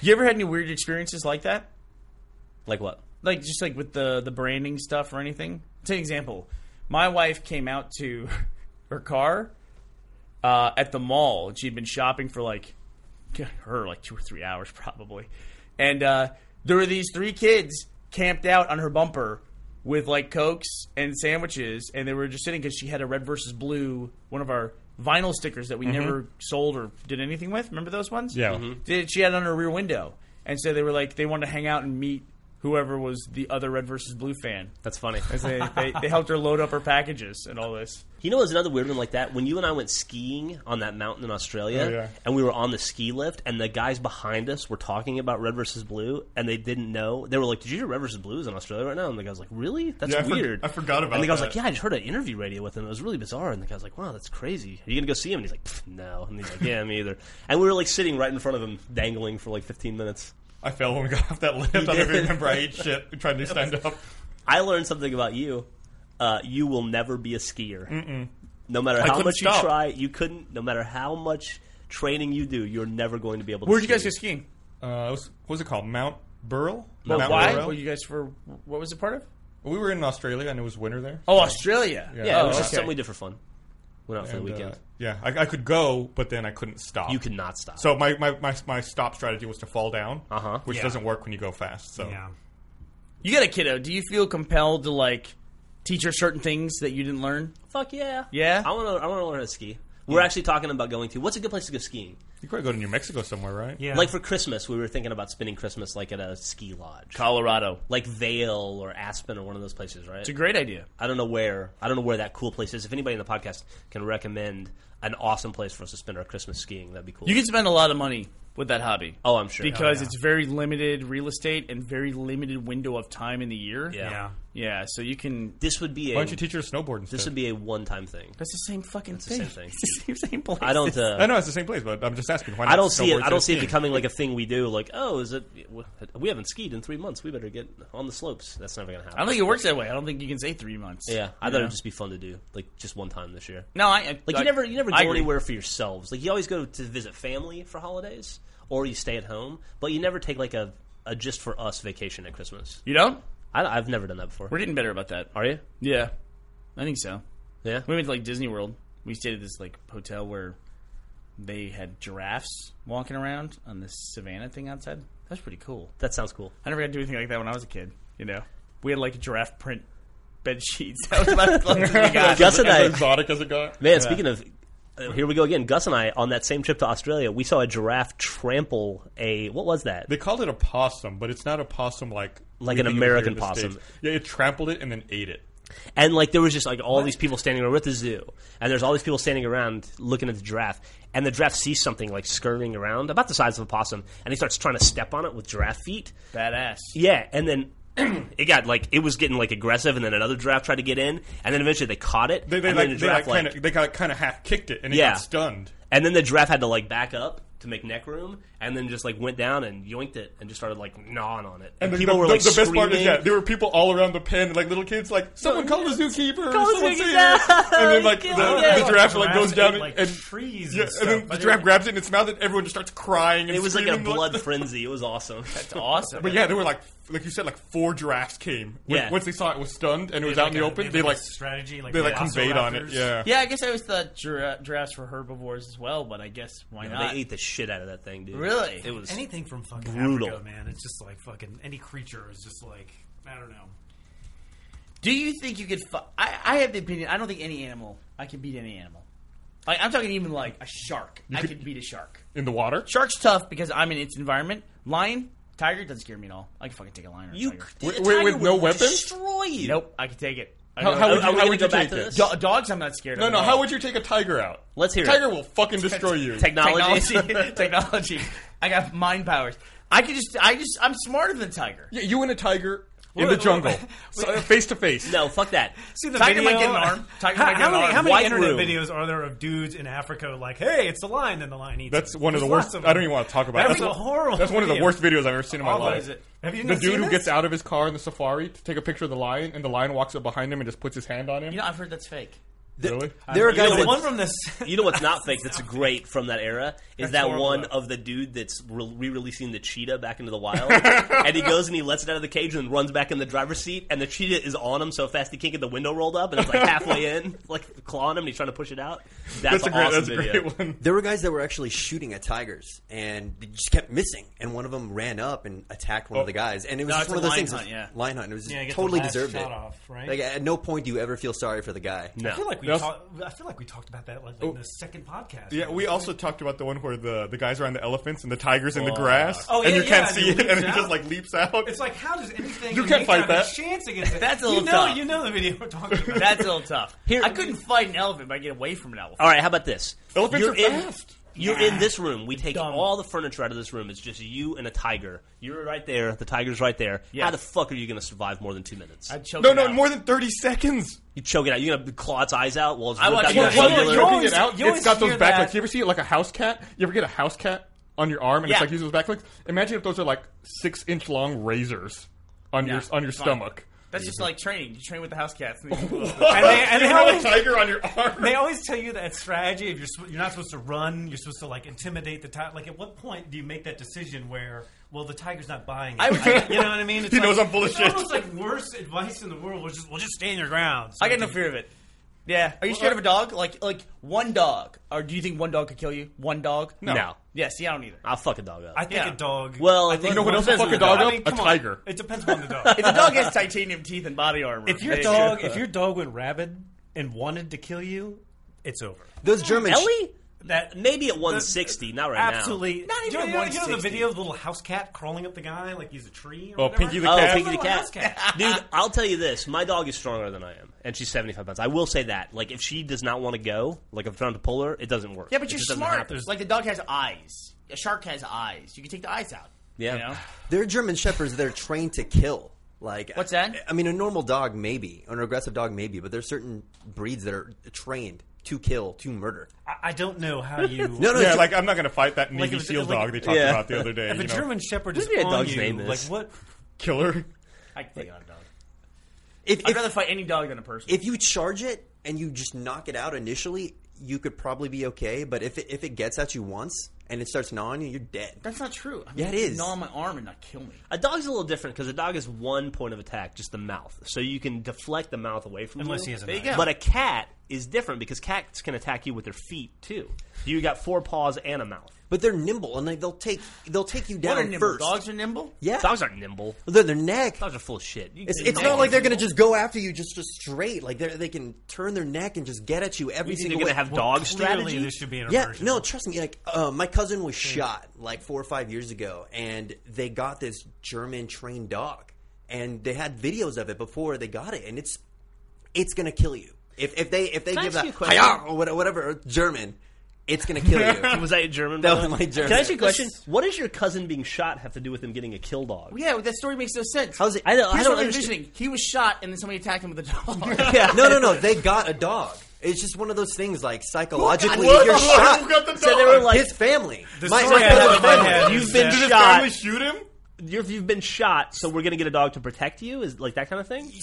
You ever had any weird experiences like that?
like what?
Like just like with the the branding stuff or anything? Take an example. My wife came out to her car uh, at the mall and she'd been shopping for like her like two or three hours probably, and uh, there were these three kids camped out on her bumper with like cokes and sandwiches, and they were just sitting because she had a red versus blue one of our vinyl stickers that we never sold or did anything with. Remember those ones?
Yeah. Mhm.
Did she had it on her rear window, and so they were like they wanted to hang out and meet. Whoever was the other red versus blue fan,
That's funny.
As they, they, they helped her load up her packages and all this.
You know, there's another weird one like that. When you and I went skiing on that mountain in Australia,
Oh, yeah.
and we were on the ski lift, and the guys behind us were talking about red versus blue, and they didn't know. They were like, "Did you hear red versus blue is in Australia right now?" And the guy was like, "Really? That's
Yeah, I for-
weird."
I forgot about
And the guy was like,
that.
"Yeah, I just heard an interview radio with him. It was really bizarre." And the guy was like, "Wow, that's crazy. Are you gonna go see him?" And he's like, "Pff, "No." And he's like, "Yeah, me either." And we were like sitting right in front of him, dangling for like 15 minutes.
I fell when we got off that lift. I don't even
did.
remember. I ate shit trying to stand up. Uh,
I learned something about you. Uh, you will never be a skier. No matter how
couldn't
much you
stop.
try, you couldn't. No matter how much training you do, you're never going to be able. to
Where'd you guys
ski.
go skiing?
Uh, it was, what was it called? Mount Burl.
But
Mount
why?
Burrell?
Were you guys for what was it part of?
We were in Australia and it was winter there.
Oh, Australia.
Yeah,
Oh,
it was just
okay.
something we did for fun. Went out for the
And, uh,
weekend.
yeah, I, I could go, but then I couldn't stop.
you could not stop.
So my, my, my, my stop strategy was to fall down,
Uh-huh.
which
Yeah.
doesn't work when you go fast. So
Yeah.
You got a kiddo. Do you feel compelled to like teach her certain things that you didn't learn?
fuck yeah,
Yeah?
I want to. I want to learn how to ski. We're actually talking about going to. What's a good place to go skiing?
You could probably go to New Mexico somewhere, right?
Yeah.
Like for Christmas, we were thinking about spending Christmas like at a ski lodge, Colorado, like Vail or Aspen or one of those places, right?
It's a great idea.
I don't know where. I don't know where that cool place is. If anybody in the podcast can recommend an awesome place for us to spend our Christmas skiing, that'd be cool.
You can spend a lot of money with that hobby.
Oh, I'm sure.
Because
yeah.
it's very limited real estate and very limited window of time in the year.
Yeah.
yeah.
Yeah, so you can.
This would be
Why
a
don't you teach her to snowboard instead?
this would be a one time thing.
That's the same fucking
the
thing.
same thing.
It's the same, same place.
I don't. Uh,
I know it's the same place, but I'm just asking. Why not
I don't see it.
snowboard
I don't
instead
see
of
it
skiing?
becoming like a thing we do. Like, oh, is it? We haven't skied in three months. We better get on the slopes. That's never gonna happen.
I don't think it works that way. I don't think you can say three months.
Yeah, I
You
thought it
know?
would just be fun to do, like just one time this year.
No, I. I
Like
I-
you never, you never go
I agree.
anywhere for yourselves. Like you always go to visit family for holidays, or you stay at home. But you never take like a, a just for us vacation at Christmas.
You don't?
I, I've never done that before.
We're getting better about that.
Are you?
Yeah. I think so.
Yeah.
We went to like Disney World. We stayed at this like hotel where they had giraffes walking around on this savannah thing outside. That's pretty cool.
That sounds cool.
I never got to do anything like that when I was a kid. You know, we had like giraffe print bed sheets. That was about as close as we got.
Gus and
As
I,
exotic as it got.
man. Speaking of, uh, here we go again. Gus and I on that same trip to Australia, we saw a giraffe trample a what was that?
They called it a possum, but it's not a possum like
Like
we
an
think of here
American
in the States.
possum.
Yeah, it trampled it and then ate it.
And like there was just like all these people standing around with the zoo, and there's all these people standing around looking at the giraffe, and the giraffe sees something like scurrying around about the size of a possum, and he starts trying to step on it with giraffe feet.
Badass.
Yeah, and then. it got like it was getting like aggressive, and then another giraffe tried to get in, and then eventually they caught it.
They, they
and
like,
then the
they
giraffe
like, kind of they got kind of half kicked it and it
Yeah.
got stunned.
and then the giraffe had to like back up to make neck room, and then just like went down and yoinked it and just started like gnawing on it.
And the-
people
the,
were
the-
like
the best part is
screaming.
yeah, there were people all around the pen, like little kids, like someone call the zookeeper,
Call the
someone say
zookeeper.
it." and then like the,
Kill
the,
it.
giraffe like goes
Giraffes
down
ate,
and-
like,
and
trees
yeah,
and
and then
stuff.
the giraffe grabs it in its mouth, and everyone just starts crying. And
It was like a
screaming,
blood frenzy. It was awesome. That's
Awesome.
But yeah, there were like, like you said, like four giraffes came. When-
Yeah.
Once they saw it was stunned and it was
They
out
had,
in the
like, a-
open,
they
they
had, like,
like
a strategy, like,
they like conveyed on it.
velociraptors.
Yeah.
Yeah, I guess I always thought gira- giraffes were herbivores as well, but I guess why
Yeah,
not?
They ate the shit out of that thing, dude.
Really?
It was
anything from fucking
Brutal.
Africa, man. It's just like fucking any creature is just like I don't know.
Do you think you could? Fu- I, I have the opinion. I don't think any animal. I can beat any animal. Like I'm talking even like a shark. I could beat a shark.
in the water.
Shark's tough because I'm in its environment. Lion, tiger doesn't scare me at all. I can fucking take a lion or a
you
tiger.
with,
Wait, wait, with no weapons?
Destroy you.
Nope, I can take it. I
How,
know-
how would
Are- are
you, how
we gonna
would
go
you
back
take
to
it?
this?
Do- dogs, I'm not scared.
No,
of
no.
at
How
all.
would you take a tiger out?
Let's hear it.
Tiger will fucking destroy you.
Technology.
technology? technology. I got mind powers. I could just. I just. I'm smarter than tiger.
Yeah, you and a tiger in the jungle, So, face to face.
no, fuck that.
See the
Tiger might
video.
get an arm. Tiger
how,
might get
how
an
many,
arm.
how many
White
internet
room.
videos are there of dudes in Africa like, hey, it's the lion, then the lion eats.
That's
it?
one of the
There's
worst.
lots of
I don't
them.
even want to talk about.
That
it.
was a horrible
That's one of the
video.
worst videos I've ever seen in my
Awful.
life.
What is it? Have you
the
not
dude
seen
who
this?
gets out of his car in the safari to take a picture of the lion, and the lion walks up behind him and just puts his hand on him.
You know, I've heard that's fake.
really?
There are
You know,
guys
the
that
one from this.
You know what's not fake? That's great from that era is that
horrible,
one
though.
of the dude that's re-releasing the cheetah back into the wild, and he goes and he lets it out of the cage and runs back in the driver's seat, and the cheetah is on him so fast he can't get the window rolled up, and it's like halfway in, like clawing him, and he's trying to push it out.
that's
That's,
a
an
great.
awesome
that's a
video.
great one.
There were guys that were actually shooting at tigers, and they just kept missing. And one of them ran up and attacked one of the guys, and it was
No,
just
it's
one
a
of those
lion
things.
hunt, yeah.
Lion hunt. It was just
Yeah, you get the
totally
last
deserved
shot
it.
off, right?
Like at no point do you ever feel sorry for the guy.
I feel like we
Yes.
talked. I feel like we talked about that like in the second podcast.
Oh. Yeah, we also talked about the one where the, the guys are on the elephants and the tiger's in the
Oh.
grass,
Oh,
and
yeah,
you can't
yeah, and
see
he
it, and
leaps
it
out.
just like leaps out.
It's like, how does anything?
You can't
make
fight
out a
that.
Chance against it.
That's a
you
little
know,
tough.
You know the video we're talking about.
That's a little tough.
Here-
I couldn't fight an elephant, but I get away from an
Oh.
elephant.
All right, how about this?
Elephants
you're
are
in,
fast.
You're in this room. We take
Dumb.
all the furniture out of this room. It's just you and a tiger. You're right there. The tiger's right there.
Yes.
How the fuck are you going to survive more than two minutes?
I'd choke
no,
it
no,
out.
more than thirty seconds.
you choke it out. You're going to claw its eyes out while it's
I
ripped
want- well,
out your
well,
jugular.
You're
you
choking
always-
it out.
you
It's
always
got those
hear
back
that-
legs. You ever see it like a house cat? You ever get a house cat on your arm and
Yeah.
it's like using those back legs? Imagine if those are like six inch long razors on your on your
fine.
stomach.
That's just like training. You train with the house cats. And
and they, and
you
they
have a
always
tiger on your arm.
they always tell you that strategy if you're sw- you're not supposed to run, you're supposed to like intimidate the tiger. Like at what point do you make that decision where well the tiger's not buying it?
I would-
you know what I mean? It's
He
like,
knows I'm full of
it's
shit.
almost like worst advice in the world was just well just stay in your ground. So
I got no
you-
fear of it. Yeah. Are you scared of a dog? Like like one dog? Or do you think one dog could kill you? One dog?
No.
Yeah. See, I don't either.
I'll fuck a dog up.
I think
Yeah.
a dog.
Well,
I think
you know what
else will
depends
fuck
on
a dog
the I
up?
mean,
A
come on.
tiger.
It depends on the dog.
If the dog has titanium teeth and body armor,
if your
they-
dog if your dog went rabid and wanted to kill you, it's over.
Those German
Ellie?
That
Maybe at 160, not right
absolutely
now. Not
you know, you know,
even
you know
160.
the video of the little house cat crawling up the guy like he's a tree. Or
Oh,
whatever?
Pinky the
oh,
cat.
Pinky the
Little house
cat. Dude, I'll tell you this. My dog is stronger than I am, and she's 75 pounds. I will say that. Like, if she does not want to go, like, if I'm trying to pull her, it doesn't work.
Yeah, but
It
you're
just doesn't
smart.
happen.
Like the dog has eyes. A shark has eyes. You can take the eyes out.
Yeah.
You know?
They're German shepherds. They're trained to kill. Like
What's that?
I, I mean, a normal dog maybe, an aggressive dog maybe, but there's certain breeds that are trained to kill, to murder.
I, I don't know how you.
No, no,
yeah,
Ger-
like I'm not going to fight that
Like,
Navy
it was-
SEAL
like-
dog they talked
Yeah.
about the other day.
If a
you know,
German shepherd is
Maybe a
on
dog's
you,
name is.
like what?
killer.
I can take on a dog.
if,
I'd
if,
rather fight any dog than a person.
if you charge it and you just knock it out initially, you could probably be okay. But if it, if it gets at you once and it starts gnawing you, you're dead.
That's not true. I mean,
Yeah, it
you can
is.
Gnaw on my arm and not kill me.
A dog's a little different because a dog is one point of attack, just the mouth. So you can deflect the mouth away from
Unless
you.
he has a
There you
knife.
go.
But a cat is different because cats can attack you with their feet too. You got four paws and a mouth.
But they're nimble and they, they'll take they'll take you
What are
down
nimble?
first.
Dogs are nimble.
Yeah,
Dogs aren't nimble.
Their, their neck.
Dogs are full of shit. You
It's,
can-
it's not like they're going to just go after you just, just straight. Like they they can turn their neck and just get at you every
You think
single
they're going
way.
to have
Well, clearly
dog strategy?
This should be an
yeah,
aversion.
no, trust me. Like uh, my cousin was shot like four or five years ago, and they got this German trained dog, and they had videos of it before they got it, and it's it's gonna kill you if if they if they
Can I
give
ask
that
you a question?
"Hi-yah!" or what- whatever or German, it's gonna kill you.
was that a German?
That
by the
was
way?
my German.
Can I ask you a question? What does your cousin being shot have to do with him getting a kill dog?
Yeah, that story makes no sense.
How's it-
I know.
Here's
I don't
what I'm
understand. He was shot, and then somebody attacked him with a dog.
Yeah, no, no, no. They got a dog. It's just one of those things. Like psychologically,
What?
you're
Who
shot.
got the dog?
So they were like,
His family.
The
My-
story
my
I have
cousin's
in my
family.
head is
You've been
that-
Did his
Shot.
family shoot him?
you've, you've been shot, so we're going to get a dog to protect you? Is like that kind of thing?
Did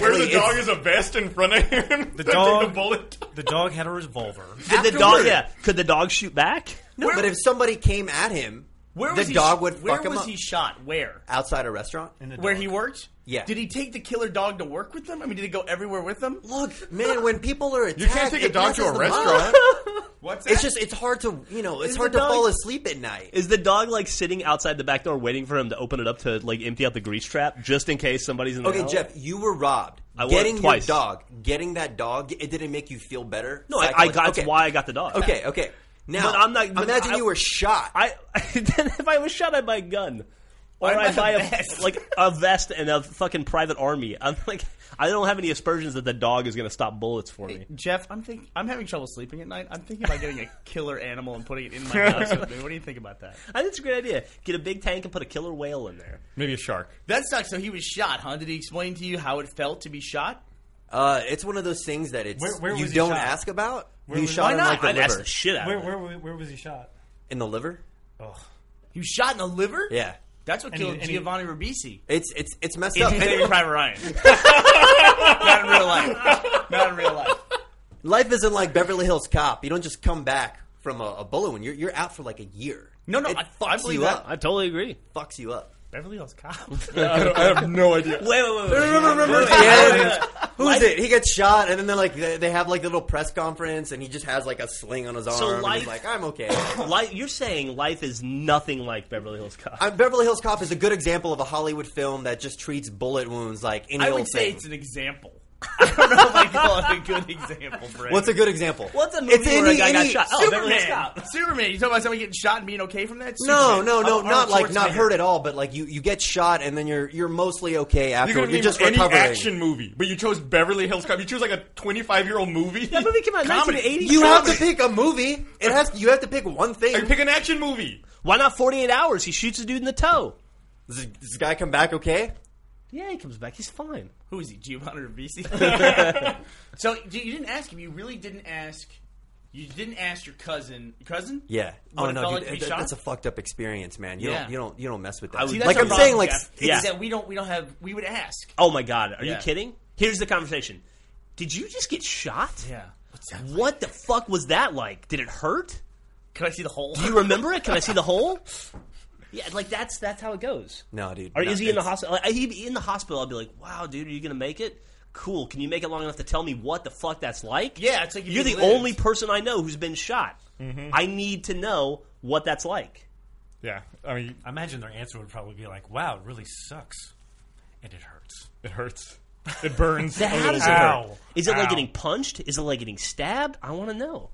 he wear the
it's-
dog as a vest in front of him? to
The
take
dog-
the bullet.
The dog had a revolver.
Did the dog? Yeah. Could the dog shoot back?
No, but if somebody came at him,
Where
the
was he
dog
sh-
would
Where
fuck him
was
up.
he shot? Where?
Outside a restaurant.
And the
Where
dog-
he worked?
Yeah.
Did he take the killer dog to work with them? I mean, did he go everywhere with them?
Look, man, when people are attacked,
You can't take a
it
dog to
messes
a
them up.
restaurant. What's
It's just it's hard to you know it's
Is
hard
the
to
dog-
fall asleep at night.
Is the dog like sitting outside the back door waiting for him to open it up to like empty out the grease trap just in case somebody's in the
Okay,
alley?
Jeff, you were robbed.
I was
getting
twice.
your dog, getting that dog, it didn't make you feel better.
No, I, I
psychologically?
got
Okay.
that's why I got the dog.
Okay, okay. Now,
But I'm not- but
imagine
I-
you were shot.
I then if I was shot, I'd buy a gun. Or
I'd
I
buy
buy
a
a,
vest.
like a vest and a fucking private army. I'm like I don't have any aspersions that the dog is going to stop bullets for me.
Jeff, I'm think I'm having trouble sleeping at night. I'm thinking about getting a killer animal and putting it in my house with me. What do you think about that?
I think it's a great idea. Get a big tank and put a killer whale in there.
Maybe a shark.
That sucks. So he was shot, huh? Did he explain to you how it felt to be shot?
uh, it's one of those things that it's
Where- where
you
was he
don't
shot?
ask about. you
was-
shot
Why
him
not?
like the
I'd ask
liver
the shit out
Where,
of it.
where, where, where was he shot?
in the liver.
Oh,
He was shot in the liver.
Yeah,
That's what
And he-
killed
and he-
Giovanni Ribisi.
it's it's it's messed
In
up.
Saving Private Ryan. Not in real life. Not in real life.
Life isn't like Beverly Hills Cop. You don't just come back from a, a bullet wound. You're you're out for like a year.
No, no,
it
I-
fucks
I
you
believe that.
up.
I totally agree.
fucks you up.
Beverly Hills Cop.
I, don't- I have no idea.
Wait, wait, wait. wait.
Yeah. Who's it? He gets shot, and then they're like, they they have like the little press conference, and he just has like a sling on his arm.
So
and he's
life-
like, I'm okay.
Life, you're saying life is nothing like Beverly Hills Cop.
I'm, Uh, Beverly Hills Cop is a good example of a Hollywood film that just treats bullet wounds like any
I
old
would say
thing.
it's an example. I don't know if I call it a good example, Brad.
What's a good example?
What's a movie
it's
where
any,
a guy got
any-
shot? Oh, Beverly Hills
Superman.
Cop.
Superman. You talking about someone getting shot and being okay from that?
No,
Superman.
no, no,
Arnold
not like not
Schwarzenegger.
hurt at all, but like you, you get shot and then you're you're mostly okay
You
after.
could
You're,
have named
just
any
recovering.
action movie, but you chose Beverly Hills Cop. You choose like a 25 year old movie.
That movie came out in
Comedy.
1980.
You have to pick a movie. It has you have to pick one thing.
Pick an action movie.
Why not 48 hours? He shoots a dude in the toe.
Does this guy come back okay?
Yeah, he comes back. He's fine.
Who is he? Giovanni Ribisi. so you you didn't ask him. You really didn't ask. You didn't ask your cousin. Your cousin?
Yeah.
What it
oh no,
felt
dude,
like to be
that-
shot?
that's a fucked up experience, man. You
Yeah.
don't you don't you don't mess with
I
that.
would-
See, that's
like
our
I'm
problem,
saying, like
Jeff,
yeah.
is that we don't we don't have we would ask.
Oh my god, are
Yeah.
you kidding? Here's the conversation. Did you just get shot?
Yeah.
What the fuck was that like? Did it hurt?
Could I see the hole?
Do you remember it? Can I see the hole? Yeah, like that's that's how it goes.
no, dude.
Or
no,
is he in the
it's-
hospital? Like, he'd be in the hospital. I'd be like, wow, dude, are you gonna make it? Cool. Can you make it long enough to tell me what the fuck that's like?
Yeah, it's like if
you're
you
the
lived.
only person I know who's been shot. I need to know what that's like.
Yeah, I mean,
I imagine their answer would probably be like, "Wow, it really sucks, and it hurts."
it hurts. It burns. a
how
little
does
bit.
it
Ow!
Is it
Ow.
like getting punched? Is it like getting stabbed? I want to know.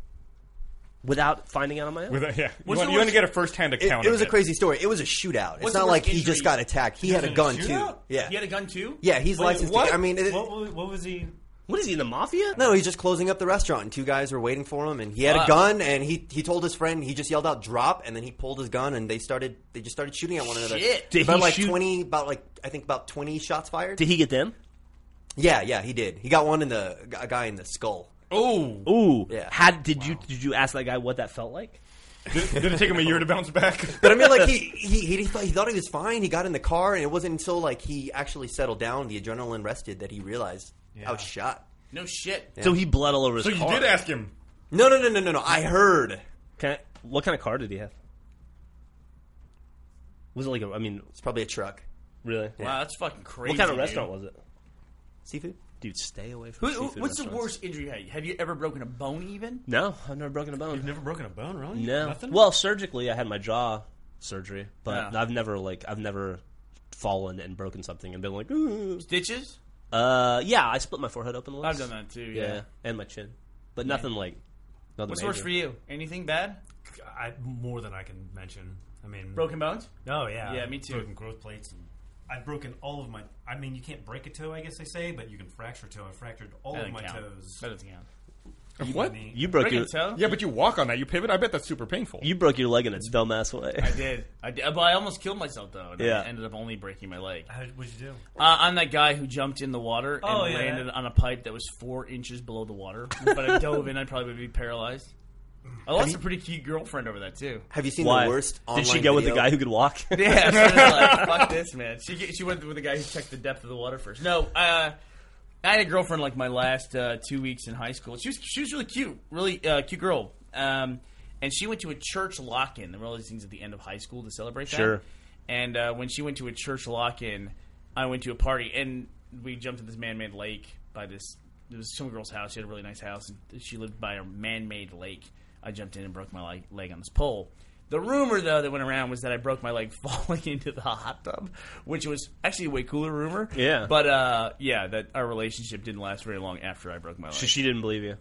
Without finding out on my own.
Without- yeah. You What's want- the you want to worst- get a first-hand
It, it was a crazy story. It was a shootout. It's
What's
not
the
like
worst
he just
injury?
got attacked. He
He
had
was
a
in a
gun too.
shootout?
Yeah.
He had a gun too?
Yeah, he's
Wait,
licensed.
what?
To, I mean, it,
what, what was he?
What is he in the mafia?
No, he's just closing up the restaurant, and two guys were waiting for him, and he had
Fuck.
a gun, and he he told his friend he just yelled out "drop," and then he pulled his gun, and they started they just started shooting at one another.
Shit. Did
about
he
like
shoot-
twenty, about like I think about twenty shots fired.
Did he get them?
Yeah, yeah, he did. He got one in the a guy in the skull.
Oh, ooh!
Yeah.
How did you did you ask that guy what that felt like?
Did, did it take him a year to bounce back?
But I mean, like he he, he, he, thought, he thought he was fine. He got in the car, and it wasn't until like he actually settled down, the adrenaline rested, that he realized I was shot.
No shit.
Yeah.
So he bled all over his
So you
car.
did ask him.
No, no, no, no, no, no. I heard.
Can I, what kind of car did he have? Was it like a, I mean,
It's probably a truck.
really?
Wow, that's fucking crazy.
what kind of
dude.
restaurant was it?
Seafood.
Dude, stay away from
Who, who-
seafood
what's the
restaurants.
worst injury you had? Have you ever broken a bone even?
No, I've never broken a
You've
bone.
never broken a bone, really?
No.
Nothing?
Well, surgically, I had my jaw surgery, but
Yeah.
I've never like I've never fallen and broken something and been like, "Ooh."
Stitches?
uh, yeah, I split my forehead open once.
I've done that too. Yeah.
and my chin, but nothing like. Nothing
What's
major.
worse for you? Anything bad?
I, more than I can mention. I mean,
Broken bones?
Oh yeah,
Yeah, me too.
Broken growth plates. And I've broken all of my. I mean, you can't break a toe, I guess they say, but you can fracture a toe. I fractured all
That
of
doesn't
my
count.
toes.
That doesn't count.
What?
Knee.
You broke
Breaking
your
a toe?
Yeah, but you walk on that. You pivot. I bet that's super painful.
you broke your leg in a dumbass way.
I did. I did. But I almost killed myself though. And
Yeah.
I ended up only breaking my leg.
How, what'd you do?
Uh, I'm that guy who jumped in the water and
Oh, yeah.
landed on a pipe that was four inches below the water. If I dove in, I'd probably be paralyzed. I lost a pretty cute girlfriend over that too.
Have you seen
Why?
the worst? Online
Did she go with the
video?
guy who could walk?
Yeah, she was like, fuck this, man. She she went with the guy who checked the depth of the water first. No, uh, I had a girlfriend like my last uh, two weeks in high school. She was she was really cute, really uh, cute girl. Um, and she went to a church lock-in. There were all these things at the end of high school to celebrate that.
Sure.
And uh, when she went to a church lock-in, I went to a party, and we jumped at this man-made lake by this. It was some girl's house. She had a really nice house, and she lived by a man-made lake. I jumped in and broke my leg, leg on this pole. The rumor, though, that went around was that I broke my leg falling into the hot tub, which was actually a way cooler rumor.
Yeah.
But uh, yeah, that our relationship didn't last very long after I broke my leg.
she, she didn't believe you.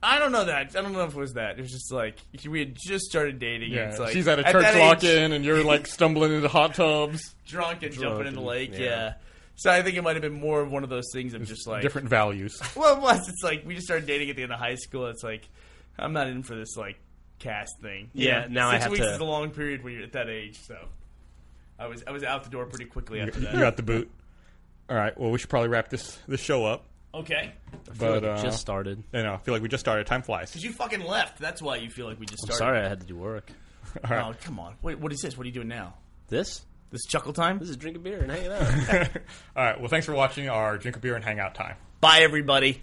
I don't know that. I don't know if it was that. It was just like we had just started dating.
Yeah,
and it's like,
she's at a
that
church
age,
lock-in, and you're like stumbling into hot tubs.
drunk and jumping in the
and-
lake. Yeah.
yeah.
So I think it might have been more of one of those things of just like
Different values.
Well, it was. It's like we just started dating at the end of high school. It's like I'm not in for this like cast thing. You
Yeah,
know,
now I
six
have
weeks
to-
is a long period when you're at that age. So I was I was out the door pretty quickly after
You
that.
got the boot. All right. Well, we should probably wrap this this show up.
Okay,
But uh,
Just started.
I know. I feel like we just started. Time flies.
because you fucking left. That's why you feel like we just started.
Sorry, I had to do work.
Oh come on. Wait, what is this? What are you doing now?
This?
This chuckle time.
This is drinking beer and hanging out.
All right. Well, thanks for watching our drink a beer and hangout time.
Bye everybody.